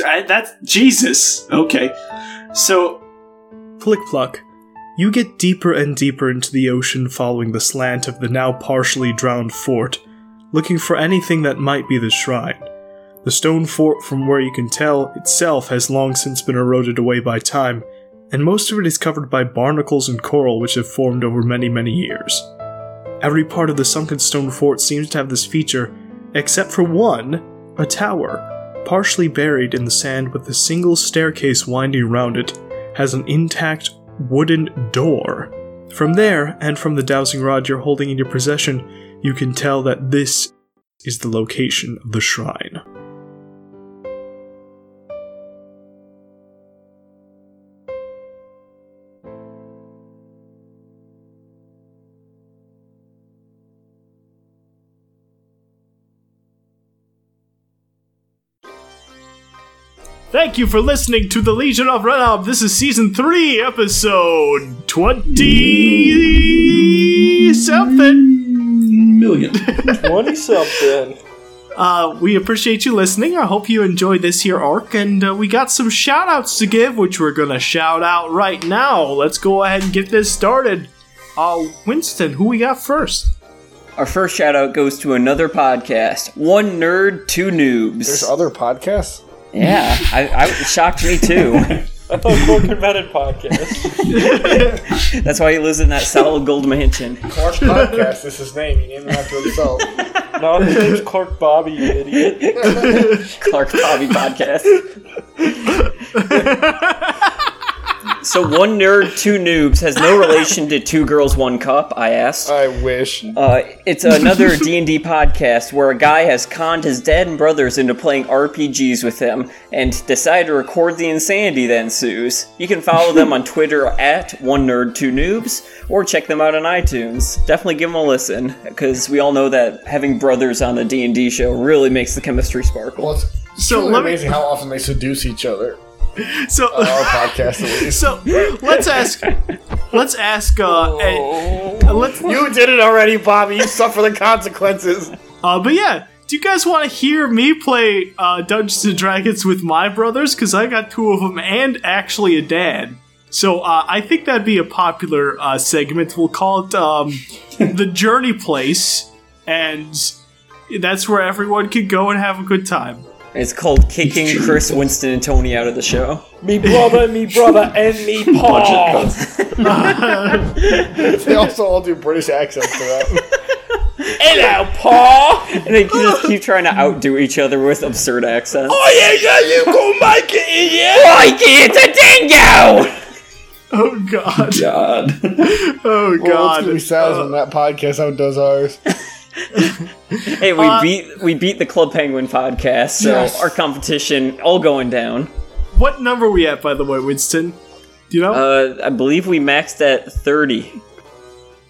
Speaker 16: I, that's Jesus. Okay. So,
Speaker 1: Plick Pluck, you get deeper and deeper into the ocean following the slant of the now partially drowned fort, looking for anything that might be the shrine. The stone fort, from where you can tell, itself has long since been eroded away by time, and most of it is covered by barnacles and coral which have formed over many, many years. Every part of the sunken stone fort seems to have this feature, except for one a tower. Partially buried in the sand with a single staircase winding round it, has an intact wooden door. From there, and from the dowsing rod you're holding in your possession, you can tell that this is the location of the shrine. Thank you for listening to the Legion of Renob. This is season three, episode twenty something million.
Speaker 18: Twenty something.
Speaker 1: Uh, we appreciate you listening. I hope you enjoyed this here arc, and uh, we got some shout outs to give, which we're gonna shout out right now. Let's go ahead and get this started. Uh, Winston, who we got first?
Speaker 3: Our first shout out goes to another podcast. One nerd, two noobs.
Speaker 4: There's other podcasts?
Speaker 3: Yeah, I, I, it shocked me too.
Speaker 18: I thought Cork invented podcast.
Speaker 3: That's why he lives in that solid gold mansion.
Speaker 4: Clark Podcast is his name. He named it after himself.
Speaker 18: No, his name's Clark Bobby, you idiot.
Speaker 3: Clark Bobby podcast. so one nerd, two noobs has no relation to two girls, one cup. I asked.
Speaker 4: I wish.
Speaker 3: Uh, it's another D and D podcast where a guy has conned his dad and brothers into playing RPGs with him and decided to record the insanity that ensues. You can follow them on Twitter at one nerd, two noobs, or check them out on iTunes. Definitely give them a listen because we all know that having brothers on a D and D show really makes the chemistry sparkle.
Speaker 4: Well, it's so
Speaker 1: let me-
Speaker 4: amazing how often they seduce each other.
Speaker 1: So
Speaker 4: on our podcast, at least.
Speaker 1: So let's ask. Let's ask. Uh, a- let's.
Speaker 4: Oh. you did it already, Bobby. You suffer the consequences.
Speaker 1: Uh, but yeah, do you guys want to hear me play uh, Dungeons and Dragons with my brothers? Because I got two of them and actually a dad. So uh, I think that'd be a popular uh, segment. We'll call it um, the Journey Place, and that's where everyone can go and have a good time.
Speaker 3: It's called kicking Chris Winston and Tony out of the show.
Speaker 18: me brother, me brother, and me paw.
Speaker 4: they also all do British accents to that.
Speaker 18: Hello, paw.
Speaker 3: And they just keep trying to outdo each other with absurd accents.
Speaker 18: Oh yeah, yeah, you go make it, yeah.
Speaker 3: Mikey, it's a dingo!
Speaker 1: Oh god!
Speaker 19: God.
Speaker 1: Oh
Speaker 4: Well, it's gonna be
Speaker 1: god! uh,
Speaker 4: sad when that podcast outdoes ours.
Speaker 3: Hey, we beat we beat the Club Penguin podcast, so
Speaker 1: Yes.
Speaker 3: our competition all going down.
Speaker 1: What number are we at, by the way, Winston? Do you know?
Speaker 3: Uh, I believe we maxed at thirty.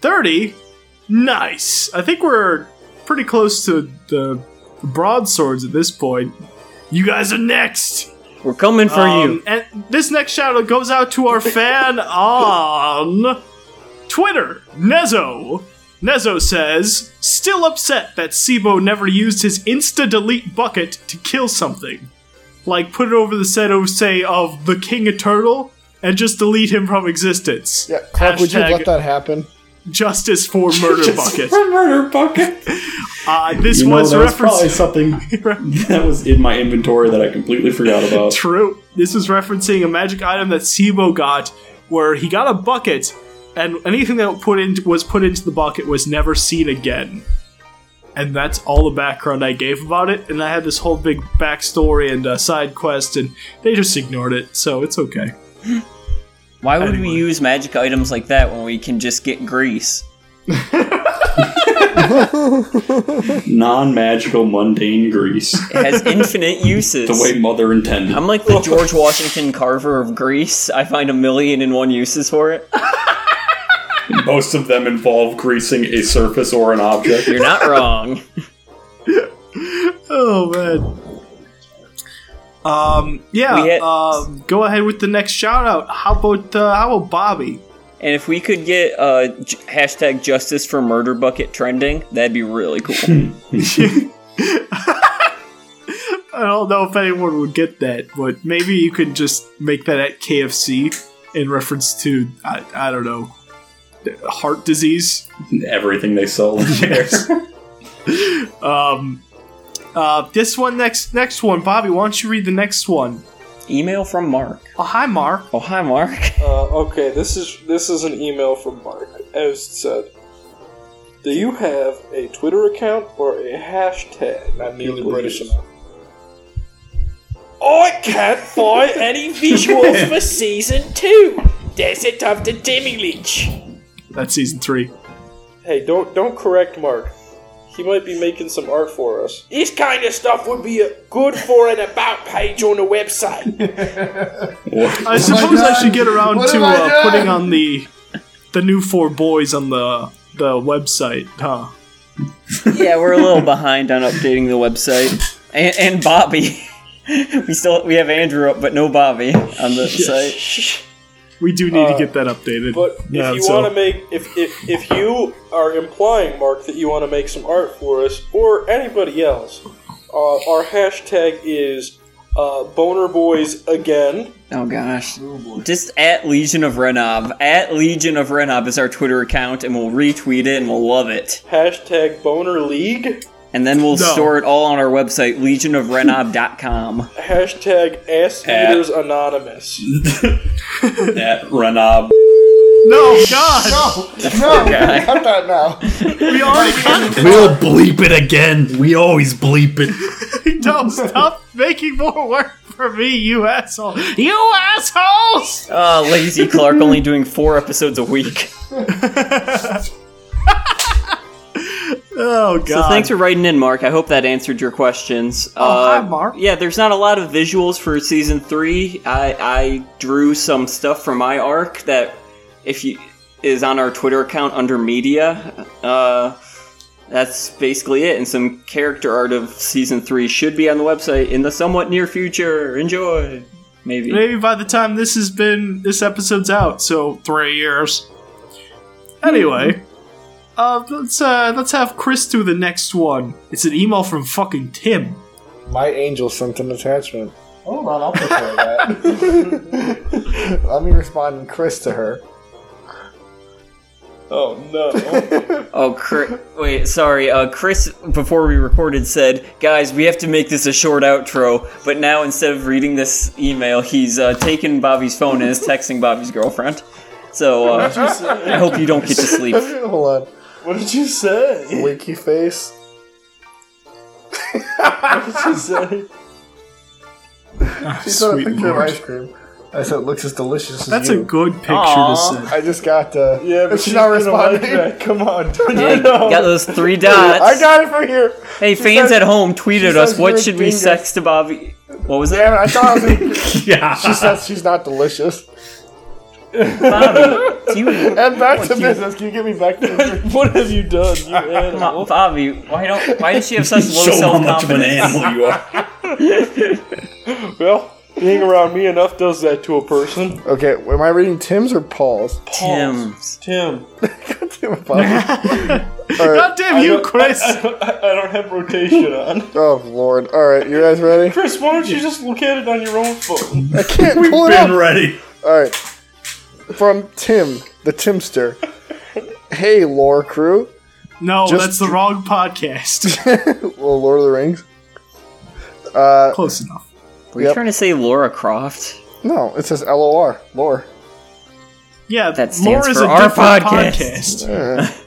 Speaker 1: 30 nice i think we're pretty close to the broadswords at this point you guys are next
Speaker 3: We're coming for you.
Speaker 1: and this next shout out goes out to our fan on twitter nezo nezo says still upset that sibo never used his insta delete bucket to kill something like put it over the set of say of the king eternal and just delete him from existence
Speaker 4: Yeah, Clark, would you
Speaker 1: Hashtag-
Speaker 4: let that happen?
Speaker 1: Justice for Murder Bucket.
Speaker 19: murder bucket.
Speaker 1: Uh, this
Speaker 5: You know,
Speaker 1: was
Speaker 5: that was probably
Speaker 1: referencing.
Speaker 5: something that was in my inventory that I completely forgot about.
Speaker 1: True. This was referencing a magic item that Sibo got, where he got a bucket, and anything that put in, was put into the bucket was never seen again. And that's all the background I gave about it. And I had this whole big backstory and uh, side quest, and they just ignored it, so it's okay.
Speaker 3: Why would we use magic items like that when we can just get grease?
Speaker 5: Non-magical, mundane grease.
Speaker 3: It has infinite uses.
Speaker 5: the way Mother intended.
Speaker 3: I'm like the George Washington Carver of grease. I find a million and one uses for it.
Speaker 5: Most of them involve greasing a surface or an object.
Speaker 3: You're not wrong.
Speaker 1: Oh man. Um, yeah.
Speaker 3: We had-
Speaker 5: uh,
Speaker 1: um, go ahead with the next shout out. How about uh, how about Bobby?
Speaker 3: And if we could get uh, j- hashtag justice for murder bucket trending, that'd be really
Speaker 5: Hmm.
Speaker 3: cool.
Speaker 1: I don't know if anyone would get that, but maybe you could just make that at KFC in reference to I, I don't know heart disease.
Speaker 20: Everything they sell in theirs.
Speaker 1: Um, uh, this one next next one, Bobby. Why don't you read the next one?
Speaker 3: Email from Mark.
Speaker 1: Oh hi, Mark.
Speaker 3: Oh hi, Mark.
Speaker 12: Uh, okay, this is this is an email from Mark. As said, do you have a Twitter account or a hashtag? Not nearly British enough.
Speaker 21: I can't find any visuals for season two. That's it of the Demilich.
Speaker 1: That's season three.
Speaker 12: Hey, don't don't correct Mark. He might be making some art for us.
Speaker 21: This kind of stuff would be a good for an about page on the website.
Speaker 1: I suppose I should get around to uh, putting on the the new four boys on the the website, huh?
Speaker 3: yeah, we're a little behind on updating the website, and, and Bobby. we still we have Andrew up, but no Bobby on the site.
Speaker 1: We do need to get that updated.
Speaker 12: But if you want to make if, if if you are implying Mark that you want to make some art for us or anybody else, uh, our hashtag is uh, boner boys again.
Speaker 3: Oh gosh. Just at Legion of Renob. At Legion of Renob is our Twitter account, and we'll retweet it and we'll love it.
Speaker 12: Hashtag boner league.
Speaker 3: And then we'll
Speaker 12: No.
Speaker 3: store it all on our website, legionofrenob.com.
Speaker 12: Hashtag ass
Speaker 3: At-
Speaker 12: eaters anonymous.
Speaker 20: That Renob.
Speaker 1: No, God!
Speaker 22: No,
Speaker 20: no, Okay.
Speaker 22: cut that now.
Speaker 1: We already
Speaker 5: We'll bleep it again. We always bleep it.
Speaker 1: Don't stop making more work for me, you asshole. You assholes!
Speaker 3: Oh, lazy Clark only doing four episodes a week.
Speaker 1: Oh, God.
Speaker 3: So thanks for writing in, Mark. I hope that answered your questions. Oh, uh, hi, Mark. Yeah, there's not a lot of visuals for season three. I I drew some stuff from my arc that if you is on our Twitter account under media. Uh, that's basically it, and some character art of season three should be on the website in the somewhat near future. Enjoy, maybe.
Speaker 1: Maybe by the time this has been this episode's out, so three years. Anyway, uh, let's uh, let's have Chris do the next one. It's an email from fucking Tim.
Speaker 4: My angel sent an attachment.
Speaker 1: Hold on, I'll
Speaker 4: Before that. Let me respond in Chris to her.
Speaker 12: Oh no.
Speaker 3: Oh, Chris, wait, sorry. Uh, Chris, before we recorded, said, "Guys, we have to make this a short outro." But now, instead of reading this email, he's uh, taken Bobby's phone and is texting Bobby's girlfriend. So uh,
Speaker 4: What did you say?
Speaker 3: I hope you don't get to sleep.
Speaker 4: Hold on. What did you say? Winky face.
Speaker 12: what did you say?
Speaker 4: She sent a
Speaker 1: sweet
Speaker 4: picture
Speaker 1: lord.
Speaker 4: of ice cream. I said, looks as delicious as
Speaker 1: That's
Speaker 4: you."
Speaker 1: a good picture to
Speaker 4: Aw.
Speaker 1: send.
Speaker 4: I just got, uh...
Speaker 12: Yeah,
Speaker 4: but she's not
Speaker 12: gonna like
Speaker 4: responding.
Speaker 12: that. Come on,
Speaker 4: don't
Speaker 3: Yeah,
Speaker 4: you know?
Speaker 3: got those three dots.
Speaker 4: I got it from here.
Speaker 3: Hey,
Speaker 4: She
Speaker 3: fans
Speaker 4: says-
Speaker 3: at home
Speaker 4: she
Speaker 3: tweeted us,
Speaker 4: says you're
Speaker 3: "What
Speaker 4: a
Speaker 3: should we
Speaker 4: dingus."
Speaker 3: sex to Bobby?" What was
Speaker 4: Damn it,
Speaker 3: that?
Speaker 4: I thought I was...
Speaker 3: Yeah.
Speaker 4: She says she's not delicious.
Speaker 3: Bobby, do you,
Speaker 4: and back to
Speaker 3: do you-
Speaker 4: business. Can you get me back to business?
Speaker 12: what have you done, you
Speaker 3: Mo- Bobby, why don't? Why does she have such low
Speaker 5: Show 'em how
Speaker 3: self
Speaker 5: much of an
Speaker 3: confidence?
Speaker 5: animal you are.
Speaker 12: Well, being around me enough does that to a person.
Speaker 4: Okay, am I reading Tim's or Paul's?
Speaker 3: Tim's.
Speaker 12: Tim.
Speaker 1: God damn you, Chris!
Speaker 12: I, don't- I don't have rotation on.
Speaker 4: Oh lord! All right, you guys ready?
Speaker 12: Chris, why don't you just look at it on your own phone?
Speaker 4: I can't
Speaker 12: We've
Speaker 4: pull it
Speaker 12: been
Speaker 4: up.
Speaker 12: ready.
Speaker 4: All right, from Tim, the Timster. hey, lore crew.
Speaker 1: No,
Speaker 4: Just-
Speaker 1: that's the wrong podcast.
Speaker 4: well, Lord of the Rings. Uh,
Speaker 1: Close enough.
Speaker 3: Were you trying to say Laura Croft?
Speaker 4: No, it says L O R. Lore.
Speaker 1: Yeah, that
Speaker 3: stands
Speaker 1: Laura is
Speaker 3: for
Speaker 1: a
Speaker 3: our
Speaker 1: different
Speaker 3: podcast.
Speaker 4: Alright.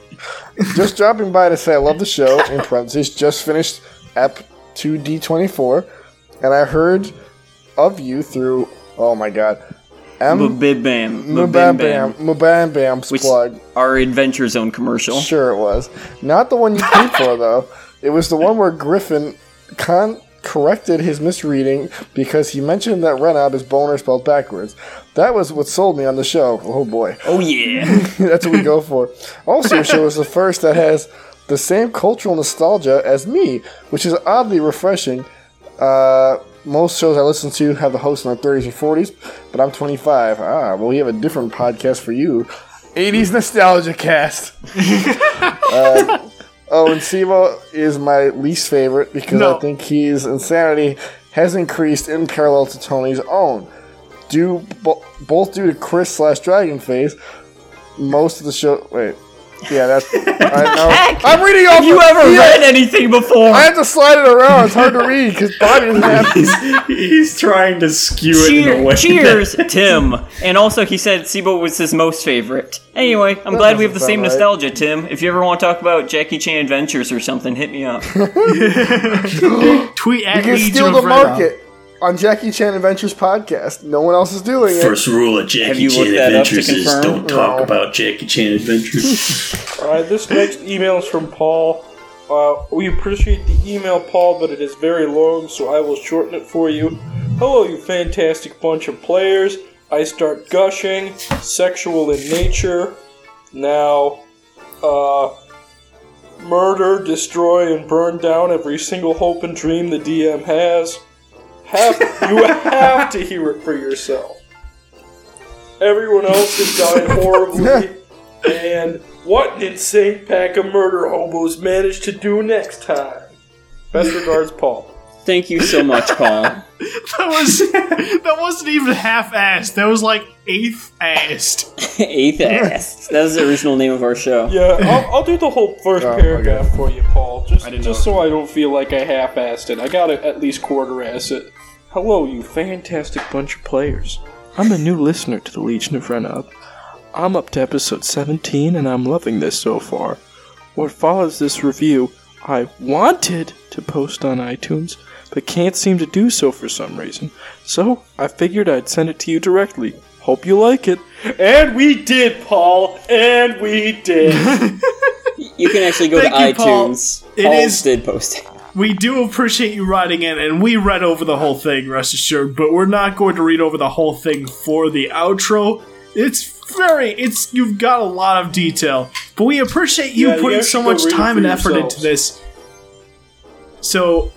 Speaker 4: just dropping by to say I love the show. In parentheses, just finished Ep two D twenty four, and I heard of you through. Oh my god,
Speaker 3: Bib bam.
Speaker 4: Mubam Bam Mubam Bam's plug.
Speaker 3: Our Adventure Zone commercial.
Speaker 4: Sure, it was not the one you paid for though. It was the one where Griffin con- corrected his misreading because he mentioned that Renob is boner spelled backwards. That was what sold me on the show. Oh boy.
Speaker 3: Oh yeah.
Speaker 4: That's what we go for. Also, your show is the first that has the same cultural nostalgia as me, which is oddly refreshing. Uh,
Speaker 12: most shows I listen to have the host in their 30s and 40s, but I'm 25. Ah, well, we have a different podcast for you 80s Nostalgia Cast. Uh, oh, and Sibo is my least favorite because I think his insanity has increased in parallel to Tony's own. Due, bo- both due to Chris slash Dragon Face, most of the show. Wait. Yeah, that's. I know. I'm reading off
Speaker 3: Have you
Speaker 12: the-
Speaker 3: ever
Speaker 12: Yeah.
Speaker 3: read anything before?
Speaker 12: I have to slide it around. It's hard to read because Bobby doesn't have.
Speaker 3: He's trying to skew
Speaker 12: it in a way that-
Speaker 3: Cheers, Tim. And also, he said Sibo was his most favorite. Anyway, I'm
Speaker 12: That
Speaker 3: glad we
Speaker 12: doesn't
Speaker 3: have the
Speaker 12: sound
Speaker 3: same
Speaker 12: right.
Speaker 3: nostalgia, Tim. If you ever want to talk about Jackie Chan adventures or something, hit me up.
Speaker 1: Tweet
Speaker 12: You can steal the market on Jackie Chan Adventures podcast. No one else is doing it.
Speaker 23: First rule of Jackie
Speaker 12: Have you
Speaker 23: Chan
Speaker 12: looked that up to
Speaker 23: Adventures is
Speaker 12: confirm?
Speaker 23: don't talk
Speaker 12: No.
Speaker 23: about Jackie Chan Adventures.
Speaker 2: Alright, this next email is from Paul. Uh, we appreciate the email, Paul, but it is very long, so I will shorten it for you. Hello, you fantastic bunch of players. I start gushing, sexual in nature. Now, uh, murder, destroy, and burn down every single hope and dream the DM has. Have, you have to hear it for yourself. Everyone else is dying horribly. And what an insane pack of murder hobos managed to do next time. Best regards, Paul.
Speaker 3: Thank you so much, Paul.
Speaker 1: That was that wasn't even half assed. That was like eighth assed.
Speaker 3: Atheist. That was the original name of our show.
Speaker 2: Yeah, I'll, I'll do the whole first paragraph for you, Paul, just, just so I don't feel like I half-assed it. I gotta at least quarter-ass it. Hello, you fantastic bunch of players. I'm a new listener to the Legion of Renob. I'm up to episode 17, and I'm loving this so far. What follows this review, I wanted to post on iTunes, but can't seem to do so for some reason. So I figured I'd send it to you directly. Hope you like it. And we did, Paul. And we did.
Speaker 3: You can actually go to
Speaker 1: Thank you, Paul.
Speaker 3: iTunes.
Speaker 1: It
Speaker 3: Paul
Speaker 1: is-
Speaker 3: did post it.
Speaker 1: We do appreciate you writing in, and we read over the whole thing, rest assured. But we're not going to read over the whole thing for the outro. It's very it's you've got a lot of detail, but we appreciate you
Speaker 2: Yeah, you
Speaker 1: putting
Speaker 2: guys
Speaker 1: so
Speaker 2: should go
Speaker 1: much
Speaker 2: read it
Speaker 1: time
Speaker 2: for
Speaker 1: and effort
Speaker 2: yourselves.
Speaker 1: into this. So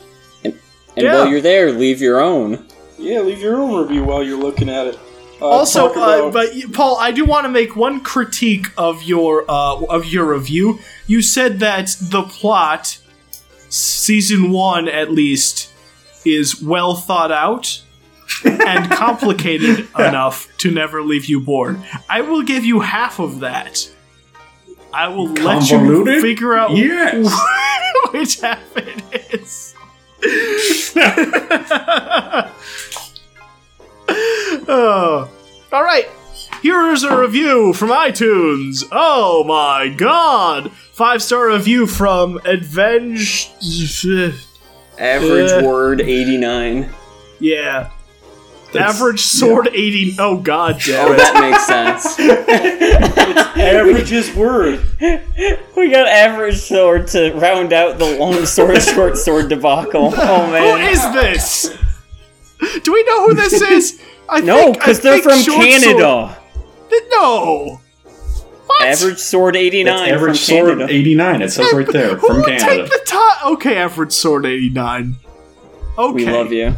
Speaker 3: And
Speaker 1: Yeah.
Speaker 3: while you're there, leave your own.
Speaker 2: yeah, leave your own review while you're looking at it. Uh,
Speaker 1: also,
Speaker 2: talk about-
Speaker 1: uh, but you- Paul, I do want to make one critique of your uh, of your review. You said that the plot, season one at least, is well thought out and complicated enough to never leave you bored. I will give you half of that. I will let you
Speaker 24: Convoluted?
Speaker 1: figure out
Speaker 24: Yes.
Speaker 1: which half it is. Oh. All right. Here is a review from iTunes. Oh my god! Five star review from Advenge.
Speaker 3: Average
Speaker 1: Uh.
Speaker 3: word 89.
Speaker 1: Yeah. Average sword 80. Oh god damn
Speaker 3: Oh,
Speaker 1: it.
Speaker 3: that makes sense.
Speaker 2: Average is word.
Speaker 3: We got average sword to round out the long sword, short sword debacle. Oh man.
Speaker 1: Who is this? Do we know who this is? I
Speaker 3: no,
Speaker 1: think- I
Speaker 3: because they're
Speaker 1: think
Speaker 3: from
Speaker 1: short
Speaker 3: Canada.
Speaker 1: sword- No!
Speaker 3: Average sword 89
Speaker 5: That's average
Speaker 3: from
Speaker 5: sword
Speaker 3: Canada.
Speaker 5: 89. It says right there
Speaker 1: Who
Speaker 5: from
Speaker 1: will
Speaker 5: Canada.
Speaker 1: take the top? Okay, average sword 89. Okay.
Speaker 3: We love you.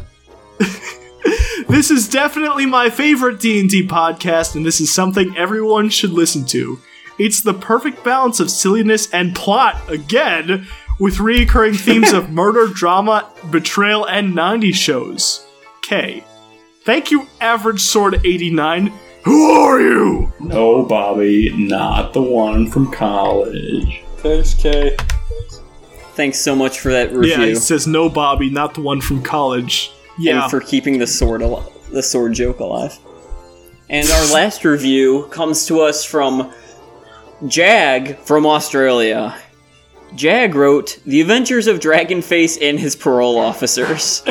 Speaker 1: This is definitely my favorite D&D podcast and this is something everyone should listen to. It's the perfect balance of silliness and plot again with recurring themes of murder, drama, betrayal and 90s shows. K. Thank you average sword 89. Who are you?
Speaker 5: No, Bobby, not the one from college.
Speaker 2: Thanks, Kay.
Speaker 3: Thanks so much for that
Speaker 1: Yeah,
Speaker 3: review.
Speaker 1: it says no Bobby, not the one from college. Yeah.
Speaker 3: And for keeping the sword alive, the sword joke alive. And our last review comes to us from Jag from Australia. Jag wrote The Adventures of Dragonface and His Parole Officers.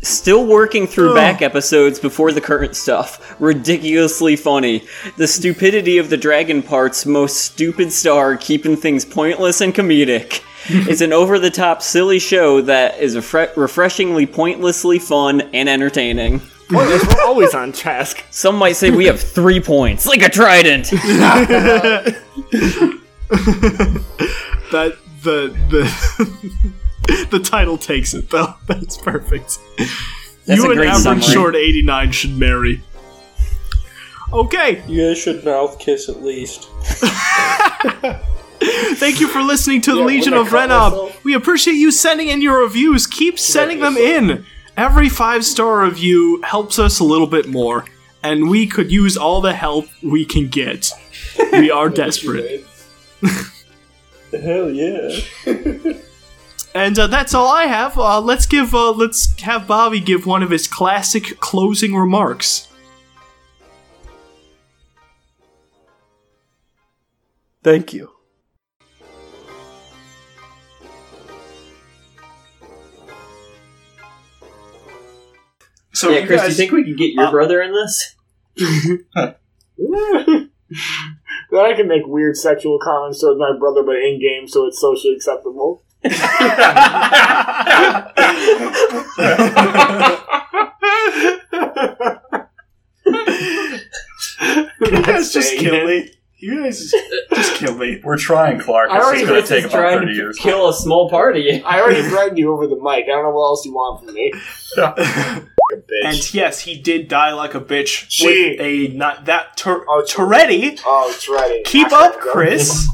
Speaker 3: Still working through back episodes before the current stuff. Ridiculously funny. The stupidity of the dragon parts, most stupid star, keeping things pointless and comedic. it's an over the top, silly show that is refre- refreshingly pointlessly fun and entertaining.
Speaker 25: Spoilers, we're always on task.
Speaker 26: Some might say we have three points, like a trident.
Speaker 1: That the the the title takes it though. That's perfect.
Speaker 2: That's
Speaker 1: you
Speaker 2: a
Speaker 1: and
Speaker 2: great
Speaker 1: average
Speaker 2: summary.
Speaker 1: short eighty nine should marry. Okay.
Speaker 2: You guys should mouth kiss at least.
Speaker 1: Thank you for listening to the
Speaker 2: Yeah,
Speaker 1: Legion
Speaker 2: when I
Speaker 1: of
Speaker 2: cut
Speaker 1: Renob. We appreciate you sending in your reviews. Keep sending them in. Every five star review helps us a little bit more, and we could use all the help we can get. We are desperate.
Speaker 2: Hell yeah.
Speaker 1: And uh, that's all I have. Uh, let's give. Uh, let's have Bobby give one of his classic closing remarks.
Speaker 2: Thank you.
Speaker 3: So yeah,
Speaker 5: you
Speaker 3: Chris, do you
Speaker 5: guys-
Speaker 3: think we could get your brother in this?
Speaker 4: Then I can make weird sexual comments towards my brother, but in game, so it's socially acceptable.
Speaker 5: You guys just kill me. You guys just, just kill me. We're trying, Clark.
Speaker 4: I already
Speaker 5: gonna
Speaker 4: did this trying to
Speaker 3: kill a small party.
Speaker 4: I already threatened you over the mic. I don't know what else you want from me.
Speaker 5: And yes, he did die like a bitch
Speaker 4: Gee.
Speaker 5: with a not that ter-
Speaker 1: uh,
Speaker 5: oh, Toretti.
Speaker 4: Oh, Toretti.
Speaker 5: Keep up, Chris.